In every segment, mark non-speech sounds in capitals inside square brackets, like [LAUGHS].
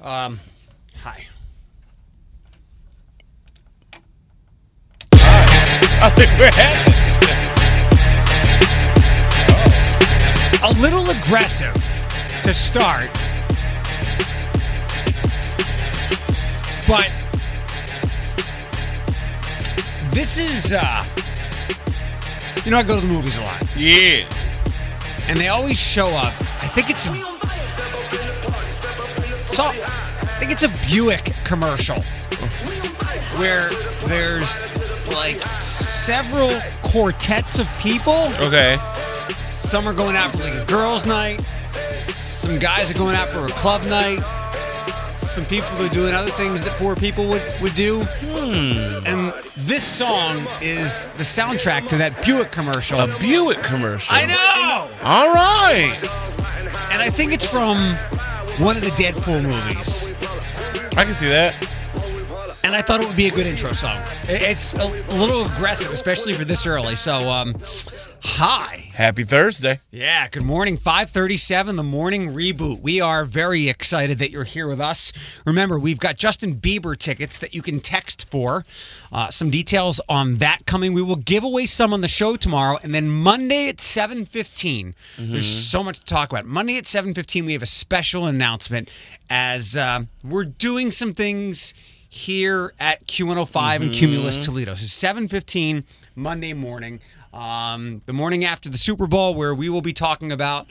Um, hi. I think we're at it. A little aggressive to start, but this is, uh, you know, I go to the movies a lot, Yes. and they always show up. I think it's, so, I think it's a Buick commercial where there's like several quartets of people. Okay. Some are going out for like a girls' night. Some guys are going out for a club night. Some people are doing other things that four people would, would do. And this song is the soundtrack to that Buick commercial. A Buick commercial. I know! All right. And I think it's from one of the Deadpool movies. I can see that. And I thought it would be a good intro song. It- It's a little aggressive, especially for this early. So, um, hi. Happy Thursday. Yeah, good morning. 537, the morning reboot. We are very excited that you're here with us. Remember, we've got Justin Bieber tickets that you can text for. Uh, some details on that coming. We will give away some on the show tomorrow. And then Monday at 7.15, there's so much to talk about. Monday at 7.15, we have a special announcement as uh, we're doing some things here at Q105 and Cumulus Toledo. So 7:15 Monday morning, um, the morning after the Super Bowl, where we will be talking about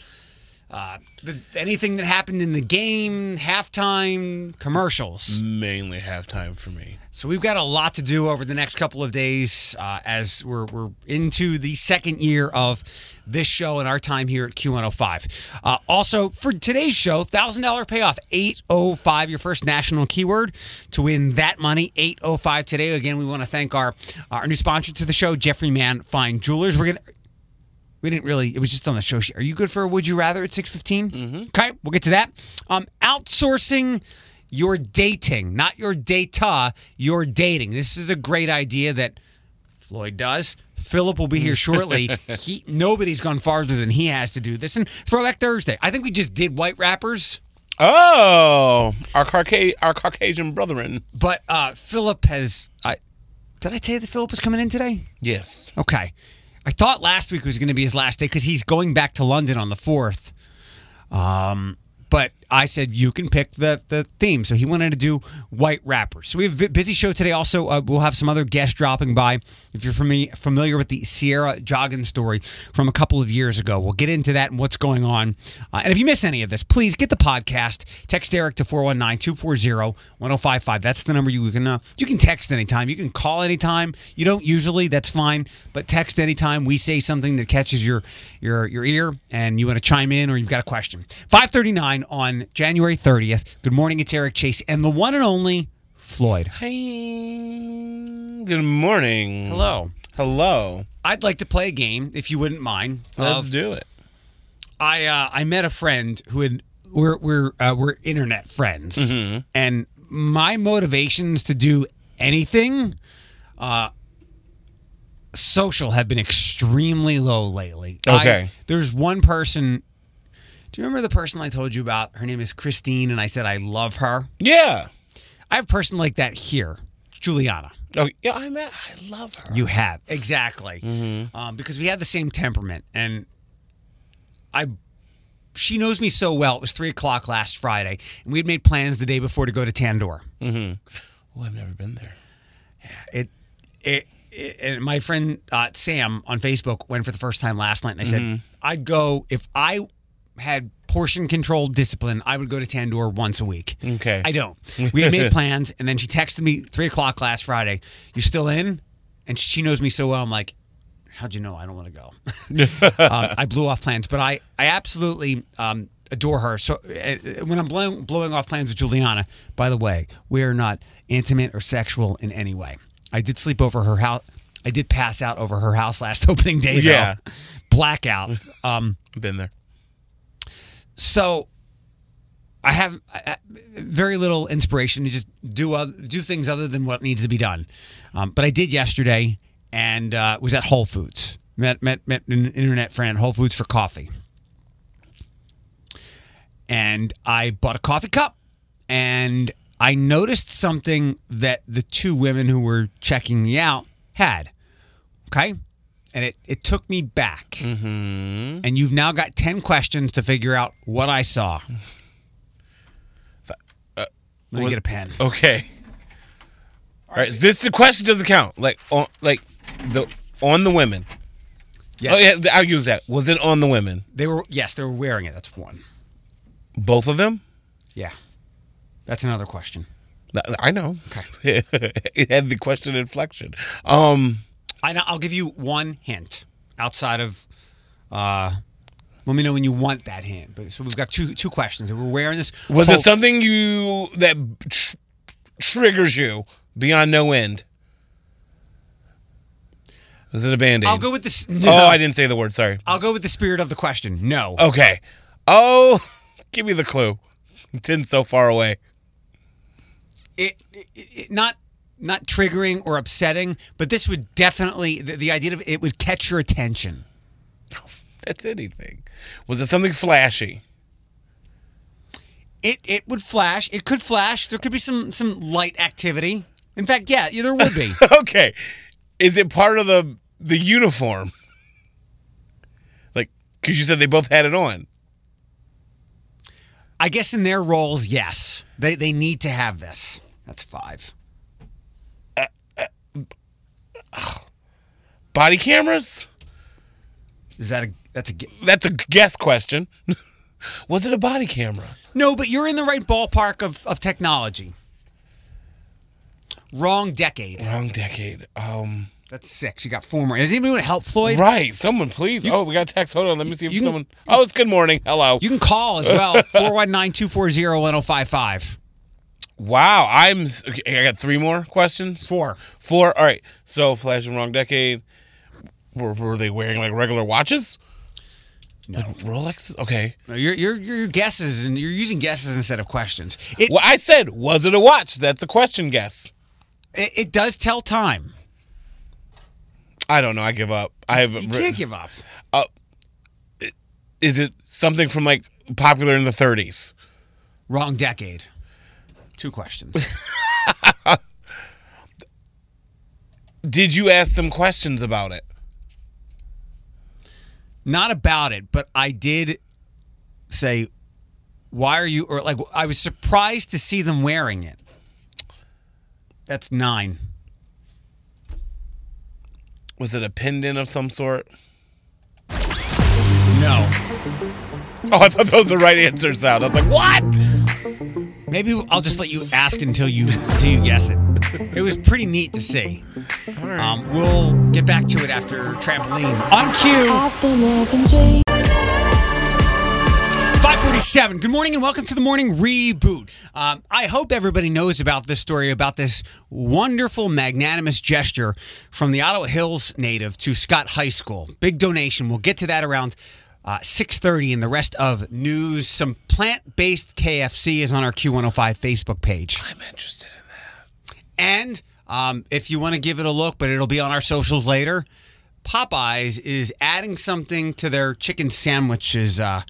uh, the, anything that happened in the game, halftime, commercials. Mainly halftime for me. So we've got a lot to do over the next couple of days uh, as we're, we're into the second year of this show and our time here at Q105. Uh, also, for today's show, $1,000 payoff, 805, your first national keyword to win that money, 805 today. Again, we want to thank our, our new sponsor to the show, Jeffrey Mann Fine Jewelers. We're going to... We didn't really. It was just on the show sheet. Are you good for a would you rather at six Okay, we'll get to that. Um, outsourcing your dating, not your data, your dating. This is a great idea that Floyd does. Philip will be here shortly. he nobody's gone farther than he has to do this. And Throwback Thursday. I think we just did white rappers, Oh, our Carca- our Caucasian brethren. but uh, Philip has. I did I tell you that Philip was coming in today? Yes. Okay. I thought last week was going to be his last day because he's going back to London on the 4th. Um, but I said you can pick the, the theme. So he wanted to do white rappers. So we have a bu- busy show today. Also, uh, we'll have some other guests dropping by. If you're fami- familiar with the Sierra Joggin story from a couple of years ago, we'll get into that and what's going on. Uh, and if you miss any of this, please get the podcast. Text Eric to 419-240-1055. That's the number you can uh, you can text anytime. You can call anytime. You don't usually, that's fine, but text anytime we say something that catches your your your ear and you want to chime in or you've got a question. 5:39 on January 30th. Good morning, it's Eric Chase and the one and only Floyd. Hey. Good morning. Hello. Hello. I'd like to play a game if you wouldn't mind. Let's of- do it. I uh, I met a friend who had we're we're uh, we're internet friends, and my motivations to do anything, uh, social have been extremely low lately. I- Okay. there's one person. Do you remember the person I told you about? Her name is Christine, and I said I love her. Yeah. I have a person like that here, Juliana. Oh, yeah. I met. I love her. You have exactly um, because we have the same temperament, and I. She knows me so well. It was three o'clock last Friday, and we had made plans the day before to go to Tandoor. Oh, I've never been there. It, it, it and my friend uh, Sam on Facebook went for the first time last night, and I said I'd go if I had portion control discipline. I would go to Tandoor once a week. Okay. I don't. We had made plans, and then she texted me three o'clock last Friday. You still in? And she knows me so well. I'm like, how'd you know I don't want to go? um, I blew off plans, but I I absolutely um, adore her. So uh, when I'm blowing blowing off plans with Juliana, by the way, we are not intimate or sexual in any way. I did sleep over her house. I did pass out over her house last [LAUGHS] opening day. though. Yeah. blackout. Um, I've been there. so I have uh, very little inspiration to just do oth- do things other than what needs to be done. Um, but I did yesterday, and uh, was at Whole Foods. Met met met an internet friend, Whole Foods for coffee, and I bought a coffee cup and I noticed something that the two women who were checking me out had. Okay. And it, it took me back. Mm-hmm. And you've now got 10 questions to figure out what I saw. Let me was- get a pen. Okay. All right. This the question doesn't count. Like on like the on the women. Yes. Oh yeah, I'll use that. Was it on the women? They were, yes, they were wearing it. That's one. Both of them? Yeah. That's another question. Th- I know. Okay. [LAUGHS] it had the question inflection. Um I, I'll give you one hint outside of. Uh, let me know when you want that hint. But so we've got two two questions. We're wearing this. was whole- it something you that tr- triggers you beyond no end? Was it a band-aid? I'll go with this. No, Oh, I didn't say the word, sorry. I'll go with the spirit of the question. No. Okay. Oh, [LAUGHS] give me the clue. Tin's so far away. It, it, it- not not triggering or upsetting, but this would definitely the, the idea of it would catch your attention. That's anything. Was it something flashy? It it would flash. It could flash. There could be some some light activity. In fact, yeah, yeah there would be. [LAUGHS] okay. Is it part of the the uniform? [LAUGHS] Like, because you said they both had it on. I guess in their roles, yes, they they need to have this. That's five. Body cameras? Is that a that's a g- That's a guess question. [LAUGHS] Was it a body camera? no? But you're in the right ballpark of of technology. Wrong decade. Wrong decade. Um. That's six. You got four more. Does anybody want to help Floyd? Right. Someone, please. oh, we got a text. Hold on. Let me see if you- someone. Oh, it's good morning. Hello. You can call as well 419 240 1055. wow. I'm. s- Okay, I got three more questions. Four. Four. All right. So, Flash and Wrong Decade. Were, were they wearing like regular watches? No. Like Rolexes? Okay. No, Your, your, your guesses, and you're using guesses instead of questions. It, Well, I said, was it a watch? That's a question guess. it, it does tell time. I don't know. I give up. I haven't. You written- can't give up. Is it something from like popular in the 30s? Wrong decade. Two questions. [LAUGHS] Did you ask them questions about it? not about it, but I did say, "Why are you?" Or like, I was surprised to see them wearing it. That's nine. Was it a pendant of some sort? [LAUGHS] No, Oh, I thought those were right answers out. I was like, what? maybe I'll just let you ask until you until you guess it. It was pretty neat to see. Um, we'll get back to it after trampoline on cue. I've been living dreams. 547. Good morning and welcome to the morning reboot. Um, I hope everybody knows about this story about this wonderful, magnanimous gesture from the Ottawa Hills native to Scott High School. Big donation. We'll get to that around uh, 6.30 and the rest of news. Some plant-based KFC is on our Q105 Facebook page. I'm interested in that. And um, if you want to give it a look, but it'll be on our socials later, Popeyes is adding something to their chicken sandwiches, uh,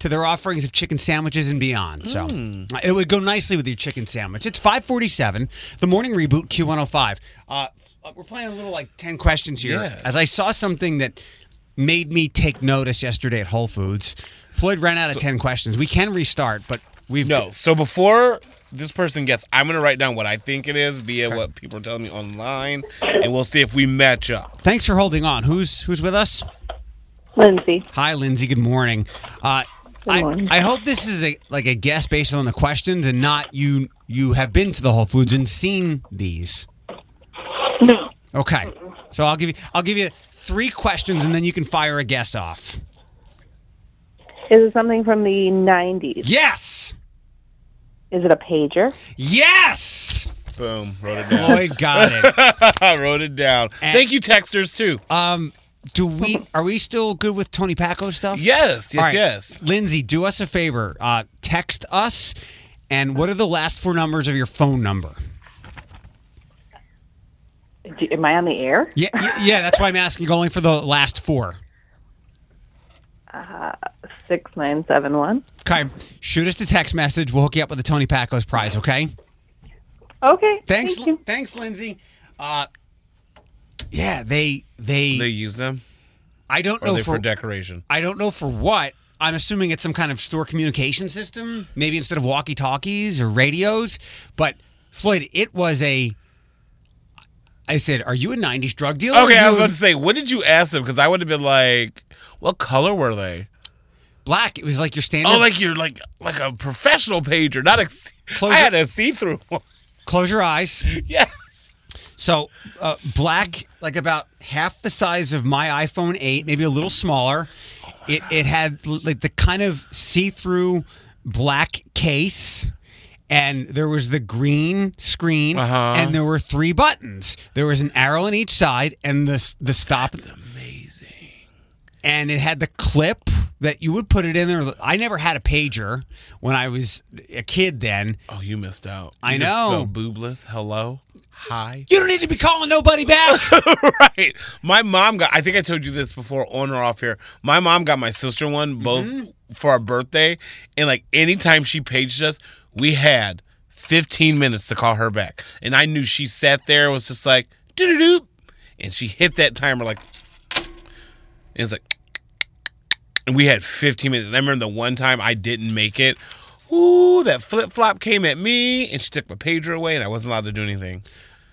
to their offerings of chicken sandwiches and beyond. So Mm. uh, it would go nicely with your chicken sandwich. It's 547, the morning reboot, Q105. Uh, we're playing a little like 10 questions here. Yes. As I saw something that made me take notice yesterday at Whole Foods, Floyd ran out of 10 questions. We can restart, but we've. No. So before this person guessed, I'm going to write down what I think it is via what people are telling me online, and we'll see if we match up. Thanks for holding on. Who's who's with us? Lindsay. Hi, Lindsay. Good morning. Uh, morning. I, I hope this is a like a guess based on the questions and not you. You have been to the Whole Foods and seen these. No. Okay, so I'll give you I'll give you three questions and then you can fire a guess off. Is it something from the 90s? Yes, Is it a pager? [LAUGHS] yes. Boom. Wrote it down. [LAUGHS] Lloyd got it. I wrote it down. Thank you, texters, too. Uh, Do we are we still good with Tony Paco stuff? yes. Yes. All right. Yes. Lindsay, do us a favor. Uh, text us, and what are the last four numbers of your phone number? Do, am I on the air? Yeah, yeah, yeah, that's why I'm asking. Going for the last four. six nine seven one. Okay. Shoot us a text message. We'll hook you up with the Tony Pacos prize, okay? Okay. Thanks. Thank you. Lin- thanks, Lindsay. Uh, yeah, they, they They use them I don't or know they Oh, for for decoration. I don't know for what. I'm assuming it's some kind of store communication system, maybe instead of walkie talkies or radios. But Floyd, it was a. I said, "Are you a '90s drug dealer?" Okay, I You was were about to say, what did you ask them? Because I would have been like, what color were they? black. It was like your standard. Oh, like you're like like a professional pager, not a. se- Close I your- had a see through [LAUGHS] one. close your eyes. Yes. So uh, black, like about half the size of my iPhone 8, maybe a little smaller. it it had l- like the kind of see-through black case. And there was the green screen, Uh-huh. and there were three buttons. There was an arrow on each side, and the s- the stop, Amazing. and it had the clip that you would put it in there. I never had a pager when I was a kid. Then Oh, you missed out. I You just know. spelled boobless. Hello. Hi. you don't need to be calling nobody [LAUGHS] back. right. My mom got. I think I told you this before, on or off here. My mom got my sister one both for our birthday, and like anytime she paged us, we had 15 minutes to call her back, and I knew she sat there and was just like doo doo doo, and she hit that timer like, and it's like, and we had 15 minutes. And I remember the one time I didn't make it. Ooh, that flip flop came at me, and she took my pager away, and I wasn't allowed to do anything.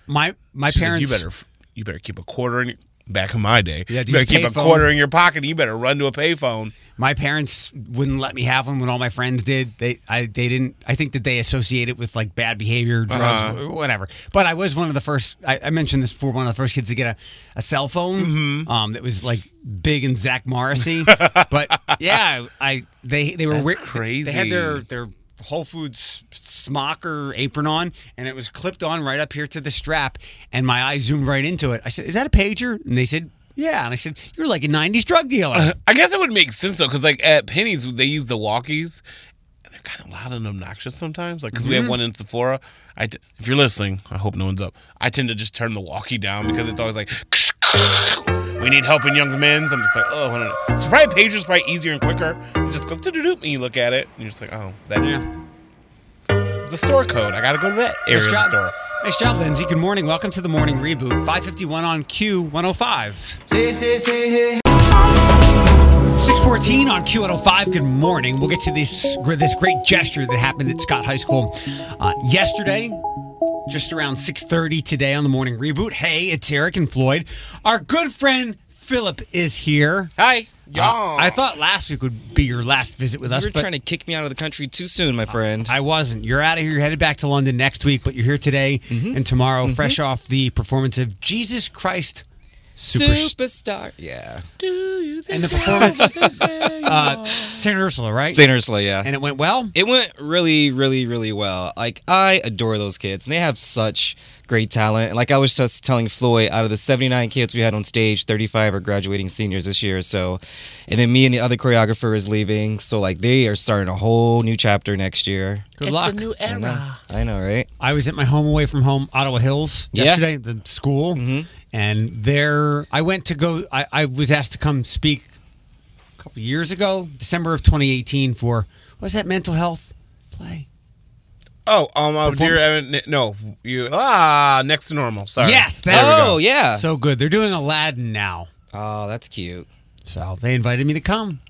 my my She's like, parents. you better, you better keep a quarter in. Your, back in my day, Yeah, you these better keep a payphone- quarter in your pocket. and You better run to a payphone. My parents wouldn't let me have one when all my friends did. They I they didn't. I think that they associate it with like bad behavior, drugs, Uh-huh. wh- whatever. But I was one of the first. I, I mentioned this before. One of the first kids to get a, a cell phone Mm-hmm. um, that was like big and Zach [LAUGHS] Morrissey. but yeah, I they they were That's weird. crazy. They had their their Whole Foods smock or apron on, and it was clipped on right up here to the strap. And my eye zoomed right into it. I said, "Is that a pager?" And they said. Yeah, and I said you're like a '90s drug dealer. I guess it would make sense though, because like at Penny's they use the walkies, and they're kind of loud and obnoxious sometimes. Like because we Mm-hmm. have one in Sephora. I t- if you're listening, I hope no one's up. I tend to just turn the walkie down because it's always like. [LAUGHS] We need help in young men's. I'm just like, oh, I don't know. So probably pager's probably easier and quicker. It just goes doo-doo-doo, and you look at it, and you're just like, oh, that's the store code. I gotta go to that area of the store. Nice job, Lindsay. Good morning. Welcome to the morning reboot. 551 on Q105. 614 on Q105. Good morning. We'll get to this, this great gesture that happened at Scott High School uh, yesterday. Just around 6:30 today on the morning reboot. Hey, it's Eric and Floyd. Our good friend Philip is here. Hi. Uh, I thought last week would be your last visit with us. you were but- trying to kick me out of the country too soon, my friend. I wasn't. You're out of here. You're headed back to London next week, but you're here today Mm-hmm. and tomorrow, fresh off the performance of Jesus Christ Superstar. Superstar. Yeah. and the performance, [LAUGHS] uh, St. Ursula, right? St. Ursula, yeah. and it went well. it went really, really, really well. Like I adore those kids, and they have such great talent. And like I was just telling Floyd, out of the 79 kids we had on stage, 35 are graduating seniors this year. So, and then me and the other choreographer is leaving. So like they are starting a whole new chapter next year. Good luck. I know, I know, right? I was at my home away from home, Ottawa Hills, Yeah. Mm-hmm. yesterday, the school, and there I went to go. I, I was asked to come speak a couple years ago, December of 2018, for what's that mental health play? Oh, um, oh, dear Evan, n- no, you ah, next to normal. Sorry. [LAUGHS] Yes, that, there we go. Oh yeah. so good. They're doing Aladdin now. oh, that's cute. So they invited me to come.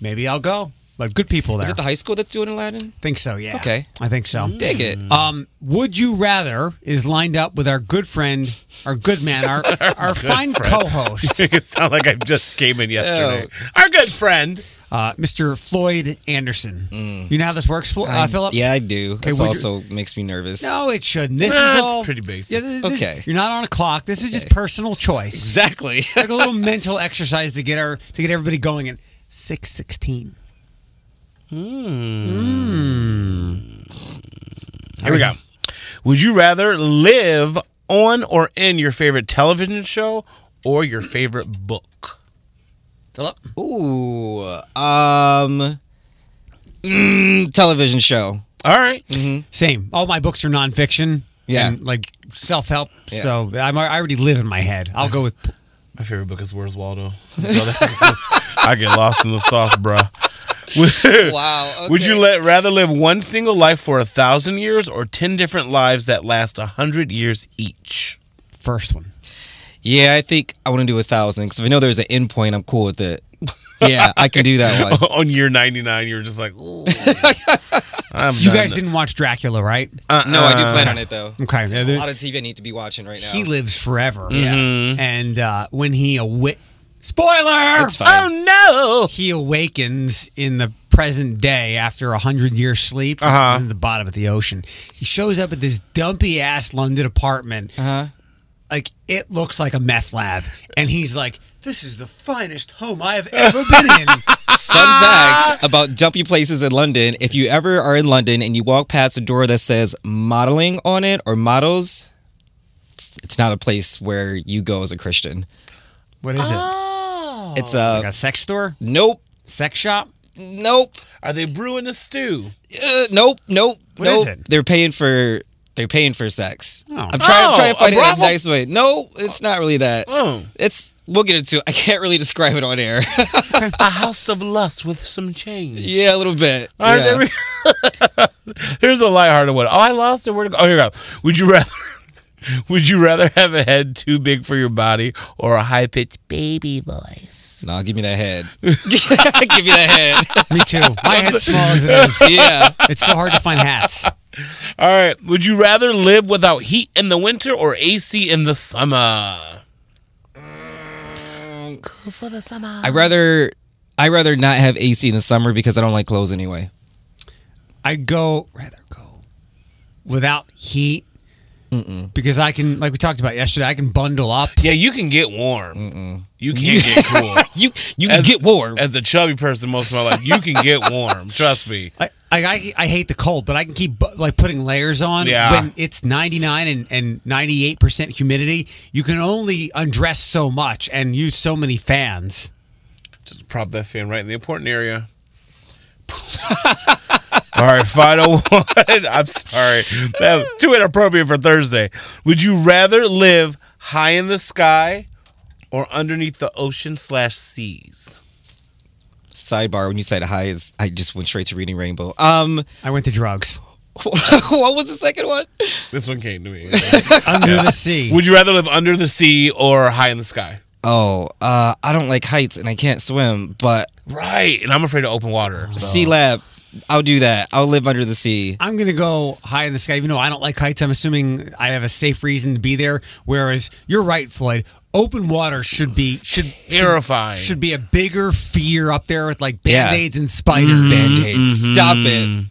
Maybe I'll go. But good people there. Is it the high school that's doing Aladdin? think so, yeah. Okay. Mm. I think so. Dig it. Um, Would You Rather is lined up with our good friend, our good [LAUGHS] man, our, our fine co host, it Oh. sounds like I just came in yesterday. Our good friend. uh, Mr. Floyd Anderson. You know how this works, Flo- uh, Philip? Mm. Yeah, I do. This would you- also makes me nervous. No, it shouldn't. This Nah, is it's all pretty basic. Yeah, this- this- Okay. You're not on a clock. This is just Okay. personal choice. Exactly. [LAUGHS] like a little mental exercise to get our to get everybody going at six sixteen. Here we go. Would you rather live on or in your favorite television show or your favorite book? Philip. Ooh, um, mm, television show. All right. Same. All my books are nonfiction. Yeah. And like self help. So I'm, I already live in my head. I'll go with. My favorite book is Where's Waldo. Brother- I get lost in the sauce, bruh. Wow. Would you okay. let rather live one single life for a thousand years or ten different lives that last a hundred years each? First one. Yeah, I think I want to do a thousand because if I know there's an end point, I'm cool with it. Yeah, I can do [LAUGHS] that [LAUGHS] one. On year ninety nine, you were just like, Ooh, [LAUGHS] I'm You guys didn't watch Dracula, right? Uh, No, I do plan on it though. Okay. There's a Yeah, lot of TV I need to be watching right now. He lives forever. Yeah. And uh, when he awa- spoiler, Mm-hmm. It's fine. no! he awakens in the present day after a hundred years sleep Uh-huh. in the bottom of the ocean. He shows up at this dumpy ass London apartment. Uh-huh. Like it looks like a meth lab, and he's like, "This is the finest home I have ever been in." [LAUGHS] Fun Ah! fact about dumpy places in London: if you ever are in London and you walk past a door that says modeling on it or models, it's- it's not a place where you go as a Christian. What is it? Ah, It's Like a a sex store, nope, sex shop. nope, Are they brewing a stew? uh, nope, nope, What nope. is it? They're paying for they're paying for sex. Oh. I'm trying, I'm Oh, trying to find a it in a brothel? nice way. No, it's not really that. Oh. It's we'll get into. it. I can't really describe it on air. [LAUGHS] A house of lust with some change. yeah, a little bit. All right, Yeah. [LAUGHS] there we- [LAUGHS] Here's a lighthearted one. Oh, I lost it. Where to go? Oh, here we go. Would you rather? [LAUGHS] Would you rather have a head too big for your body or a high pitched baby voice? No, give me that head. [LAUGHS] give me that head. Me [LAUGHS] too. My head's small as it is. [LAUGHS] Yeah. It's so hard to find hats. All right. Would you rather live without heat in the winter or AC in the summer? Cool for the summer. I rather I rather not have AC in the summer because I don't like clothes anyway. I'd go rather go without heat because I can, like we talked about yesterday, I can bundle up. Yeah, you can get warm. You can get [LAUGHS] cool. You you As- get warm. As a chubby person, most of my life, you can get warm. Trust me. I, I, I, I hate the cold, but I can keep bu- like putting layers on. Yeah. When it's 99 and, and 98% humidity, you can only undress so much and use so many fans. Just prop that fan right in the important area. [LAUGHS] All right, final [LAUGHS] one. I'm sorry. That was too inappropriate for Thursday. Would you rather live high in the sky or underneath the ocean slash seas? Sidebar when you said hi is I just went straight to reading rainbow. Um [LAUGHS] I went to drugs. what was the second one? This one came to me. Under the [LAUGHS] sea. Would you rather live under the sea or high in the sky? Oh, uh I don't like heights and I can't swim, but Right. And I'm afraid of open water. so- Sea Lab, I'll do that. I'll live under the sea. I'm going to go high in the sky, even though I don't like heights. I'm assuming I have a safe reason to be there. Whereas you're right, Floyd. Open water should be should should- Terrifying. Should, be a bigger fear up there with like Yeah. Mm-hmm. band aids and spiders. Band-Aids. Stop Mm-hmm. it.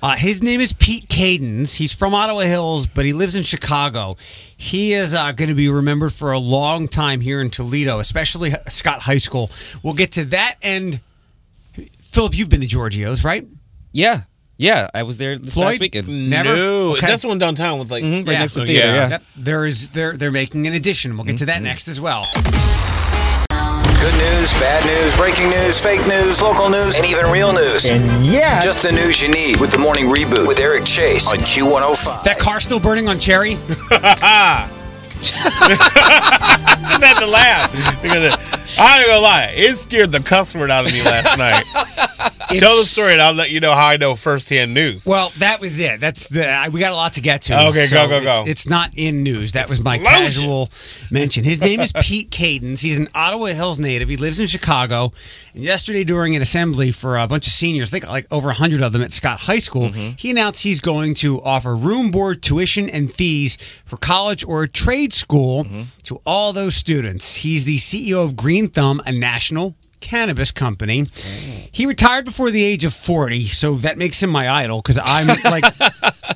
Uh, his name is Pete Cadens. He's from Ottawa Hills, but he lives in Chicago. He is uh, going to be remembered for a long time here in Toledo, especially H- Scott High School. We'll get to that. And Philip, you've been to Giorgio's, right? Yeah. Yeah, I was there this Floyd? past weekend. Never? No. Okay. That's the one downtown with like. Right next to the Oh, theater, yeah. Mm-hmm. yeah. Yep. There is they're they're making an addition. We'll get to that next as well. Good news, bad news, breaking news, fake news, local news, and even real news. And yeah. Just the news you need with the morning reboot with Eric Chase on Q105. That car still burning on Cherry? [LAUGHS] just [LAUGHS] had to laugh because it, I ain't gonna lie, it scared the cuss word out of me [LAUGHS] last night. Tell the story, and I'll let you know how I know firsthand news. Well, that was it. That's the I, we got a lot to get to. Okay, go, go, it's- go. It's, not in news. That was my Explosion. casual mention. His name is Pete Cadens. He's an Ottawa Hills native. He lives in Chicago. And yesterday, during an assembly for a bunch of seniors, I think like over hundred of them at Scott High School, he announced he's going to offer room, board, tuition, and fees for college or trade school to all those students. He's the CEO of Green Thumb, a national cannabis company. He retired before the age of 40, so that makes him my idol because I'm like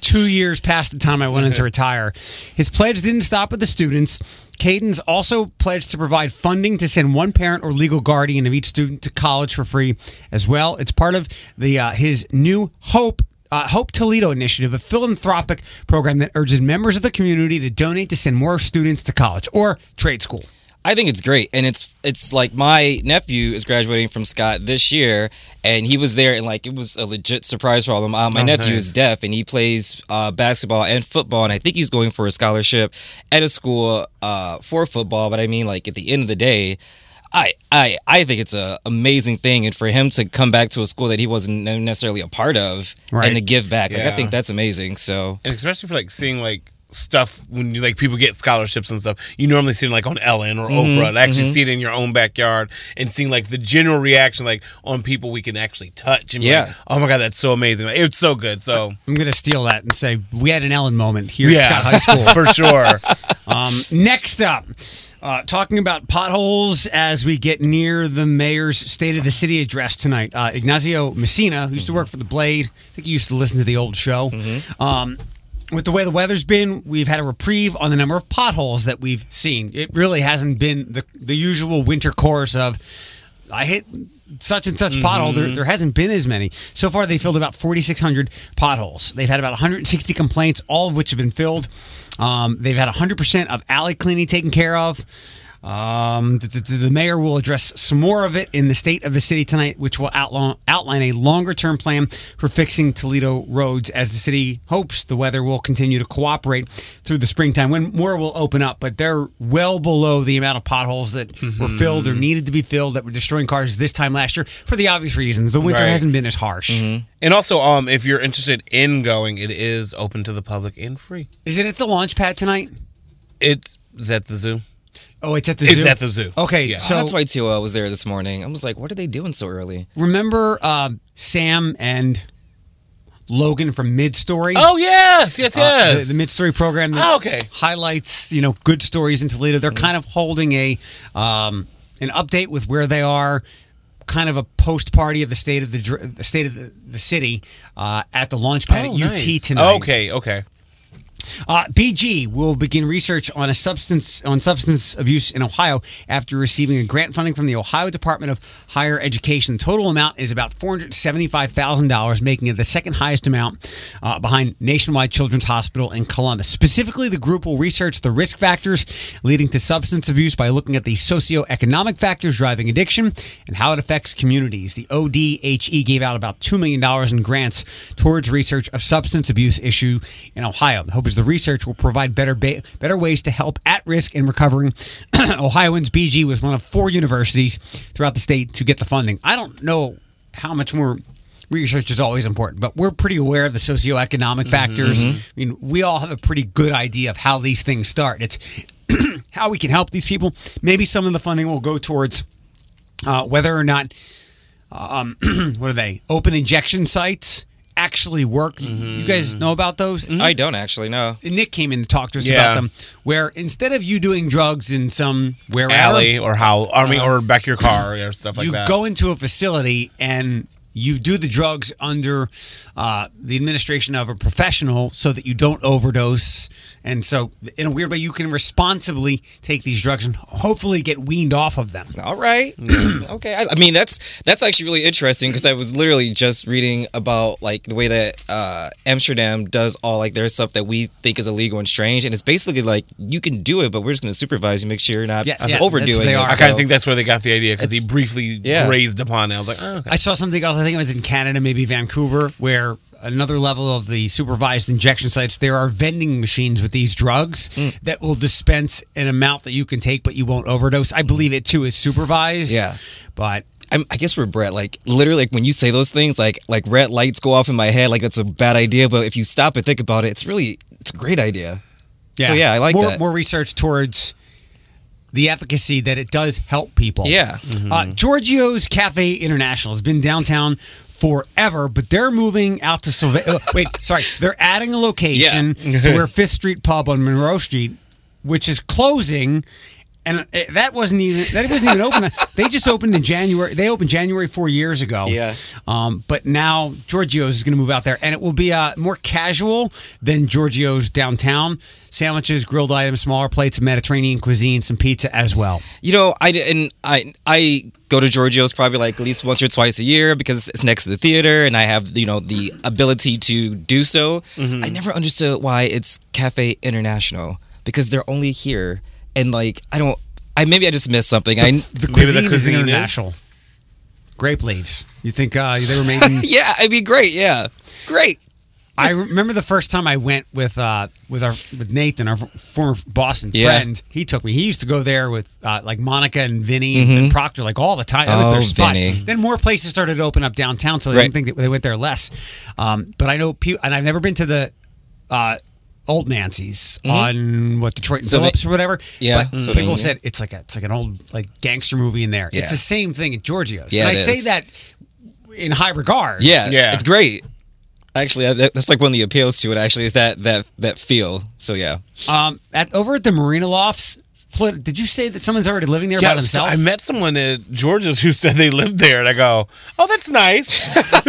two years past the time I went in to retire. His pledge didn't stop with the students. Cadence also pledged to provide funding to send one parent or legal guardian of each student to college for free as well. It's part of the uh, his new Hope uh, Hope Toledo initiative, a philanthropic program that urges members of the community to donate to send more students to college or trade school. I think it's great, and it's it's like my nephew is graduating from Scott this year, and he was there, and like it was a legit surprise for all of them. Uh, Oh, my nephew is deaf, and he plays uh, basketball and football, and I think he's going for a scholarship at a school uh, for football. But I mean, like at the end of the day, I I I think it's a amazing thing, and for him to come back to a school that he wasn't necessarily a part of, Right. and to give back, like Yeah. I think that's amazing. So and especially for like seeing like stuff when you like people get scholarships and stuff you normally see it like on ellen or Mm-hmm, oprah and actually see it in your own backyard and seeing like the general reaction like on people we can actually touch and be Yeah. like, oh my god that's so amazing Like, it's so good [LAUGHS] so I'm going to steal that and say we had an Ellen moment here at Scott High School. [LAUGHS] for sure Um, next up, uh, talking about potholes as we get near the mayor's State of the City address tonight. Uh, Ignacio Messina, who used to work for the Blade, I think he used to listen to the old show. Um, with the way the weather's been, we've had a reprieve on the number of potholes that we've seen. It really hasn't been the the usual winter course of I hit such and such pothole. There, there hasn't been as many. So far, they filled about 4,600 potholes. They've had about 160 complaints, all of which have been filled. Um, they've had 100% of alley cleaning taken care of. Um, the, the, the mayor will address some more of it in the state of the city tonight, which will outline, outline a longer term plan for fixing Toledo roads as the city hopes the weather will continue to cooperate through the springtime when more will open up. But they're well below the amount of potholes that were Mm-hmm. filled or needed to be filled that were destroying cars this time last year for the obvious reasons. The winter Right. hasn't been as harsh. and also um if you're interested in going it is open to the public and free Is it at the launch pad tonight? it's is that the zoo Oh, it's at the It's zoo. Oh. at the zoo. Okay, Yeah. so that's why T.O.L. was there this morning. I was like, what are they doing so early? remember uh, Sam and Logan from Mid Story? oh yes yes Uh, yes the, the mid-story program that Ah, okay. Mm-hmm. highlights you know good stories in Toledo. They're kind of holding a um, an update with where they are, kind of a post party of the state of the dr- the state of the, the city uh, at the launch pad Oh, at UT nice. tonight. okay okay Uh, BG will begin research on a substance on substance abuse in Ohio after receiving a grant funding from the Ohio Department of Higher Education. The total amount is about four hundred seventy-five thousand dollars, making it the second highest amount uh, behind Nationwide Children's Hospital in Columbus. Specifically, the group will research the risk factors leading to substance abuse by looking at the socioeconomic factors driving addiction and how it affects communities. The ODHE E gave out about $2 million in grants towards research of substance abuse issue in Ohio. The hope is the research will provide better ba- better ways to help at-risk and recovering [CLEARS THROAT] Ohioans. BG was one of four universities throughout the state to get the funding. I don't know how much more research is always important, but we're pretty aware of the socioeconomic factors. I mean, we all have a pretty good idea of how these things start. It's [CLEARS THROAT] how we can help these people. Maybe some of the funding will go towards uh, whether or not um, [CLEARS THROAT] what are they open injection sites actually work. Mm-hmm. You guys know about those? I don't actually know. Nick came in to talk to us about Yeah. them. Where instead of you doing drugs in some wherever alley or how army or back of your car or stuff like Uh, you that go into a facility and you do the drugs under uh, the administration of a professional so that you don't overdose and so in a weird way you can responsibly take these drugs and hopefully get weaned off of them All right. [CLEARS THROAT] okay. I, I mean, that's that's actually really interesting because I was literally just reading about like the way that uh, Amsterdam does all like their stuff that we think is illegal and strange, and it's basically like you can do it, but we're just going to supervise you, make sure you're not Yeah, yeah, overdoing that's it. what they I are. kind of so- think that's where they got the idea because he It's- briefly yeah. raised upon it. I was like, oh, okay. I saw something else. I think it was in Canada, maybe Vancouver, where another level of the supervised injection sites, there are vending machines with these drugs Hmm. that will dispense an amount that you can take, but you won't overdose. I believe it too is supervised. Yeah. But I'm, I guess we're Brett. Like literally, like when you say those things, like like red lights go off in my head. Like that's a bad idea, but if you stop and think about it, it's really it's a great idea. yeah, So yeah, I like more, that. More research towards the efficacy that it does help people. Yeah. Uh, Giorgio's Cafe International has been downtown forever, but they're moving out to Sylvania. wait, [LAUGHS] sorry. They're adding a location to where Fifth Street Pub on Monroe Street, which is closing. And uh, that wasn't even that wasn't even open. [LAUGHS] They just opened in January. They opened January four years ago. Yeah. Um, but now Giorgio's is going to move out there, and it will be uh, more casual than Giorgio's downtown. Sandwiches, grilled items, smaller plates of Mediterranean cuisine, some pizza as well. You know, I di- and I I go to Giorgio's probably like at least once or twice a year because it's next to the theater and I have you know the ability to do so. Mm-hmm. I never understood why it's Cafe International because they're only here and like I don't. I maybe I just missed something. I [LAUGHS] The Maybe cuisine, the cuisine is is- international. [LAUGHS] Grape leaves. You think uh, they were made in yeah, I'd be great. Yeah, great. I remember the first time I went with uh, with our with Nathan, our former Boston Yeah. friend. He took me. He used to go there with uh, like Monica and Vinny and Proctor, like all the time. That was their Mm-hmm. Oh, spot. Vinny. Then more places started to open up downtown, so they Right. didn't think that they went there less. Um, but I know people, and I've never been to the uh, old Nancy's on what Detroit and Mm-hmm. So they- Phillips or whatever. Yeah, but so they- people said it's like a, it's like an old like gangster movie in there. Yeah. It's the same thing at Giorgio's. Yeah, and I it say is. that in high regard. Yeah, Yeah. it's great. Actually, I- that- that's like one of the appeals to it. Actually, is that that that feel. So yeah, Um, at over at the Marina Lofts, Flip, did you say that someone's already living there by Yeah, so themselves? I met someone at Georgia's who said they lived there, and I go, "Oh, that's [LAUGHS] nice." [LAUGHS] and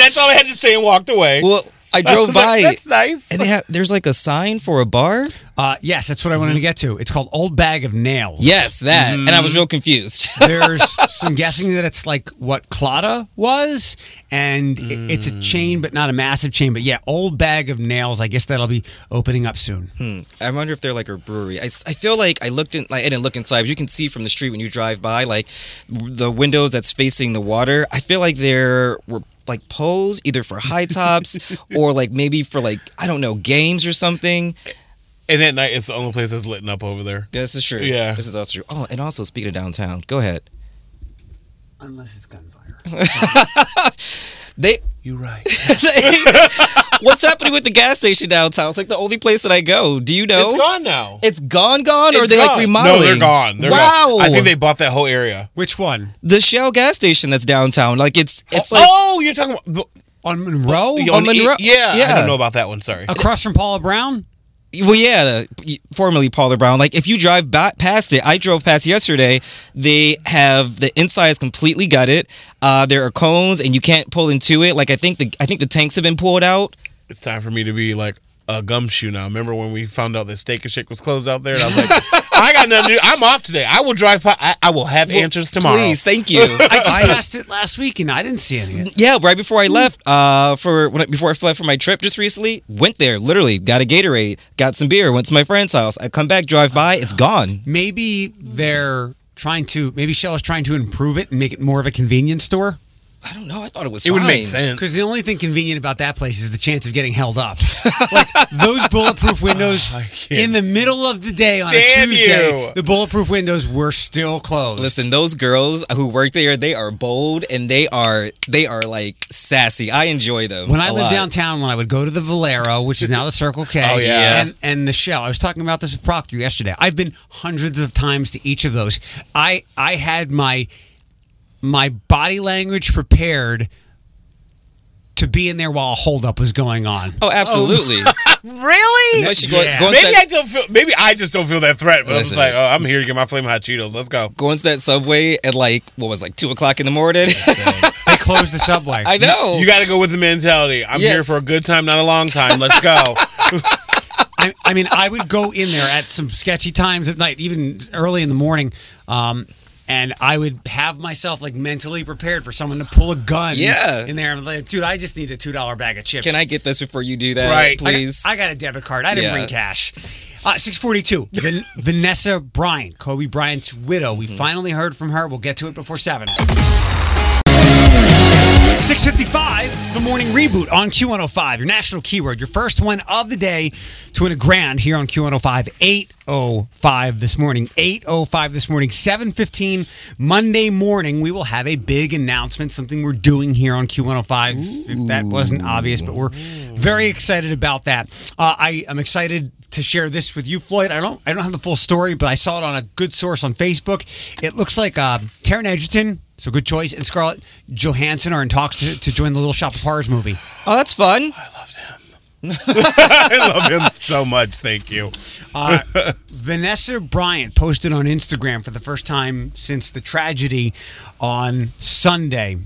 that's all I had to say, and walked away. Well, I drove was like, [LAUGHS] by. "That's nice." And they have there's like a sign for a bar. uh, yes, that's what I wanted to get to. It's called Old Bag of Nails. Yes, [LAUGHS] that. And I was [LAUGHS] real confused. There's some guessing that it's like what Clotta was, and i- it's a chain, but not a massive chain. But yeah, Old Bag of Nails. I guess that'll be opening up soon. I wonder if they're like a brewery. I, s- I feel like I looked in. Like, I didn't look inside, but you can see from the street when you drive by, like w- the windows that's facing the water. I feel like there were like poles either for high tops [LAUGHS] or like maybe for like I don't know games or something. and at night, it's the only place that's lit up over there. This is true. Yeah. this is also true. Oh, and also speaking of downtown, go ahead. [LAUGHS] [LAUGHS] Unless it's gunfire. They You're right. what's happening with the gas station downtown? It's like the only place that I go. Do you know? It's gone now. It's gone, gone, or are It's they like gone. remodeling? No, they're gone. They're wow. gone. I think they bought that whole area. Which one? the Shell gas station that's downtown. Like it's it's like oh, you're talking about On Monroe? on Monroe- E- yeah, I yeah. don't know about that one. Sorry. Across from Paula Brown? Well, yeah, the- formerly Paula Brown. Like, if you drive ba- past it, I drove past yesterday. They have the inside is completely gutted. Uh, there are cones, and you can't pull into it. Like, I think the I think the tanks have been pulled out. It's time for me to be like a gumshoe now. Remember when we found out that Steak and Shake was closed out there? And I was [LAUGHS] like, I got nothing to do. I'm off today. I will drive. By. I, I will have answers tomorrow. Please, [LAUGHS] thank you. I just I- passed it last week and I didn't see any. of it. yeah, right before I left, uh, for when I, before I fled for my trip just recently, went there literally, got a Gatorade, got some beer, went to my friend's house. I come back, drive by, it's gone. Maybe they're trying to, maybe Shell is trying to improve it and make it more of a convenience store. I don't know. I thought it was. It would make fine. sense. Because the only thing convenient about that place is the chance of getting held up. [LAUGHS] like those [LAUGHS] bulletproof windows in the middle of the day on a Damn Tuesday, you. the bulletproof windows were still closed. Listen, those girls who work there, they are bold and they are they are like sassy. I enjoy them. When I I lived downtown, when I would go to the Valero, which is now the Circle K, [LAUGHS] Oh, yeah. and, and the Shell, I was talking about this with Proctor yesterday. I've been hundreds of times to each of those. I I had my my body language prepared to be in there while a holdup was going on. [LAUGHS] Oh, absolutely. [LAUGHS] really? Especially going, Yeah. going, to Maybe I that, don't feel. Maybe I just don't feel that threat. But I was Listen. like, oh, I'm here to get my flame hot Cheetos. Let's go. going to that subway at like what was it, like two o'clock in the morning. They closed the subway. [LAUGHS] I know. You got to go with the mentality. I'm Oh. Yes. here for a good time, not a long time. Let's go. [LAUGHS] I, I mean, I would go in there at some sketchy times at night, even early in the morning, um, and I would have myself like mentally prepared for someone to pull a gun. Yeah. in there, I'm like, dude, I just need a two dollar bag of chips. Can I get this before you do that, Right. I got- please? I got, a debit card. I didn't Yeah. bring cash. [LAUGHS] Uh, 642. Van- Vanessa Bryant, Kobe Bryant's widow. We Hmm. finally heard from her. We'll get to it before 7. 655, the morning reboot on Q105. Your national keyword, your first one of the day to win a grand here on Q105. 805 this morning. 805 this morning. 715 Monday morning. We will have a big announcement, something we're doing here on Q105. If that wasn't obvious, but we're very excited about that. Uh, I am excited to share this with you, Floyd. I don't I don't have the full story, but I saw it on a good source on Facebook. It looks like uh, Taryn Edgerton, so good choice, and Scarlett Johansson are in talks to, to join the Little Shop of Horrors movie. oh, that's fun. I love him so much. Thank you. Uh, Vanessa Bryant posted on Instagram for the first time since the tragedy on Sunday.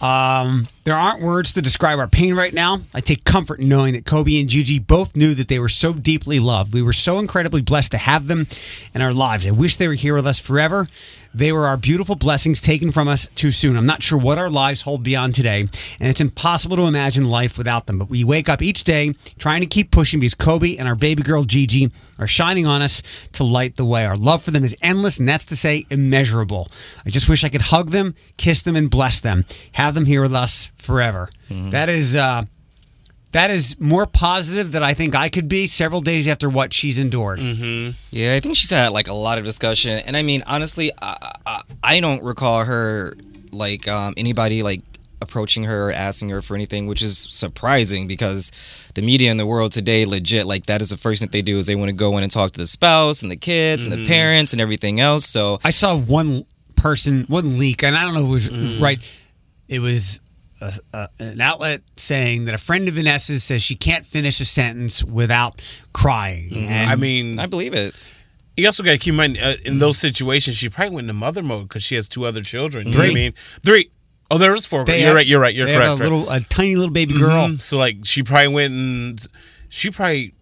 Um, there aren't words to describe our pain right now. I take comfort in knowing that Kobe and Gigi both knew that they were so deeply loved. We were so incredibly blessed to have them in our lives. I wish they were here with us forever. They were our beautiful blessings taken from us too soon. I'm not sure what our lives hold beyond today, and it's impossible to imagine life without them. But we wake up each day trying to keep pushing because Kobe and our baby girl Gigi are shining on us to light the way. Our love for them is endless, and that's to say, immeasurable. I just wish I could hug them, kiss them, and bless them. Have them here with us forever. That is uh, That is more positive than I think I could be several days after what she's endured. Yeah, I think she's had like a lot of discussion, and I mean, honestly, I I, I don't recall her like um, anybody like approaching her or asking her for anything, which is surprising because the media in the world today, legit, like that is the first thing they do is they want to go in and talk to the spouse and the kids and the parents and everything else. So I saw one person, one leak, and I don't know if it was Mm. right. It was a, a, an outlet saying that a friend of Vanessa's says she can't finish a sentence without crying. And Mm-hmm. I mean, I believe it. you also got to keep in mind uh, Mm. in those situations, she probably went into mother mode because she has two other children. You know what Three. I mean, three. Oh, there is four. you're right. You're right. You're they correct. Have a right. little, a tiny little baby girl. Mm, So like she probably went and she probably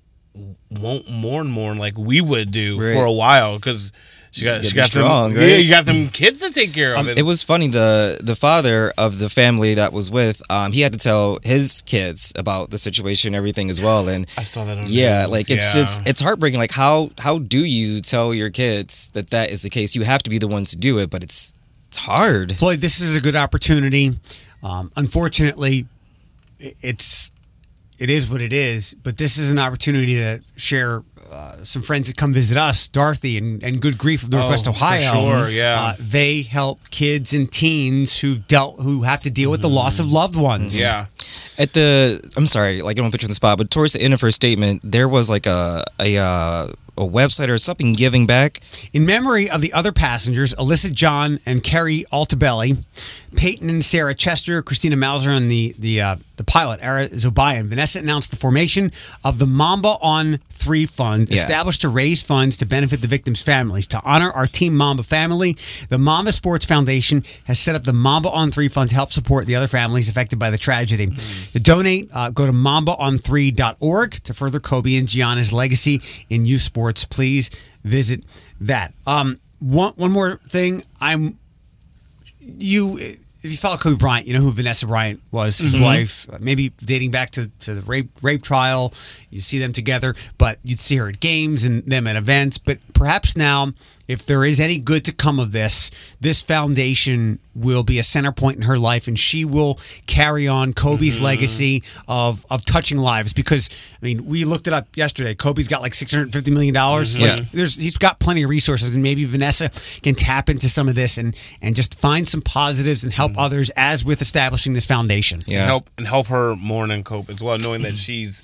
won't mourn mourn like we would do Right. for a while because she got she be got strong, them, right? Mm. Um, yeah you got them kids to take care of. and It was funny. the The father of the family that was with, um, he had to tell his kids about the situation, and everything as well, and I saw that. on the yeah, news, like it's yeah. just it's heartbreaking. Like how how do you tell your kids that that is the case? You have to be the one to do it, but it's it's hard. Floyd, this is a good opportunity. Um, unfortunately, i- it's it is what it is. But this is an opportunity to share uh, some friends that come visit us, Dorothy and, and Good Grief of Northwest Oh, for Ohio. sure, yeah. uh, they help kids and teens who dealt who have to deal with the loss of loved ones. yeah. At the I'm sorry, like I don't put you on the spot, but towards the end of her statement, there was like a a uh, a website or something giving back. In memory of the other passengers, Alyssa John and Carrie Altabelli, Peyton and Sarah Chester, Christina Mauser, and the the uh, the pilot Ara Zobayan, Vanessa announced the formation of the Mamba on Three Fund, Yeah. established to raise funds to benefit the victims' families. To honor our Team Mamba family, the Mamba Sports Foundation has set up the Mamba on Three Fund to help support the other families affected by the tragedy. To donate, uh, go to mambaon3.org to further Kobe and Gianna's legacy in youth sports. Please visit that. Um, one one more thing, I'm you if you follow Kobe Bryant, you know who Vanessa Bryant was, his wife, maybe dating back to, to the rape rape trial. You see them together, but you'd see her at games and them at events. But perhaps now, if there is any good to come of this, this foundation will be a center point in her life, and she will carry on Kobe's legacy of of touching lives. Because I mean, we looked it up yesterday. Kobe's got like six hundred fifty million dollars. Like, Yeah. there's he's got plenty of resources and maybe Vanessa can tap into some of this and and just find some positives and help others as with establishing this foundation. Yeah. help and help her mourn and cope as well, knowing that she's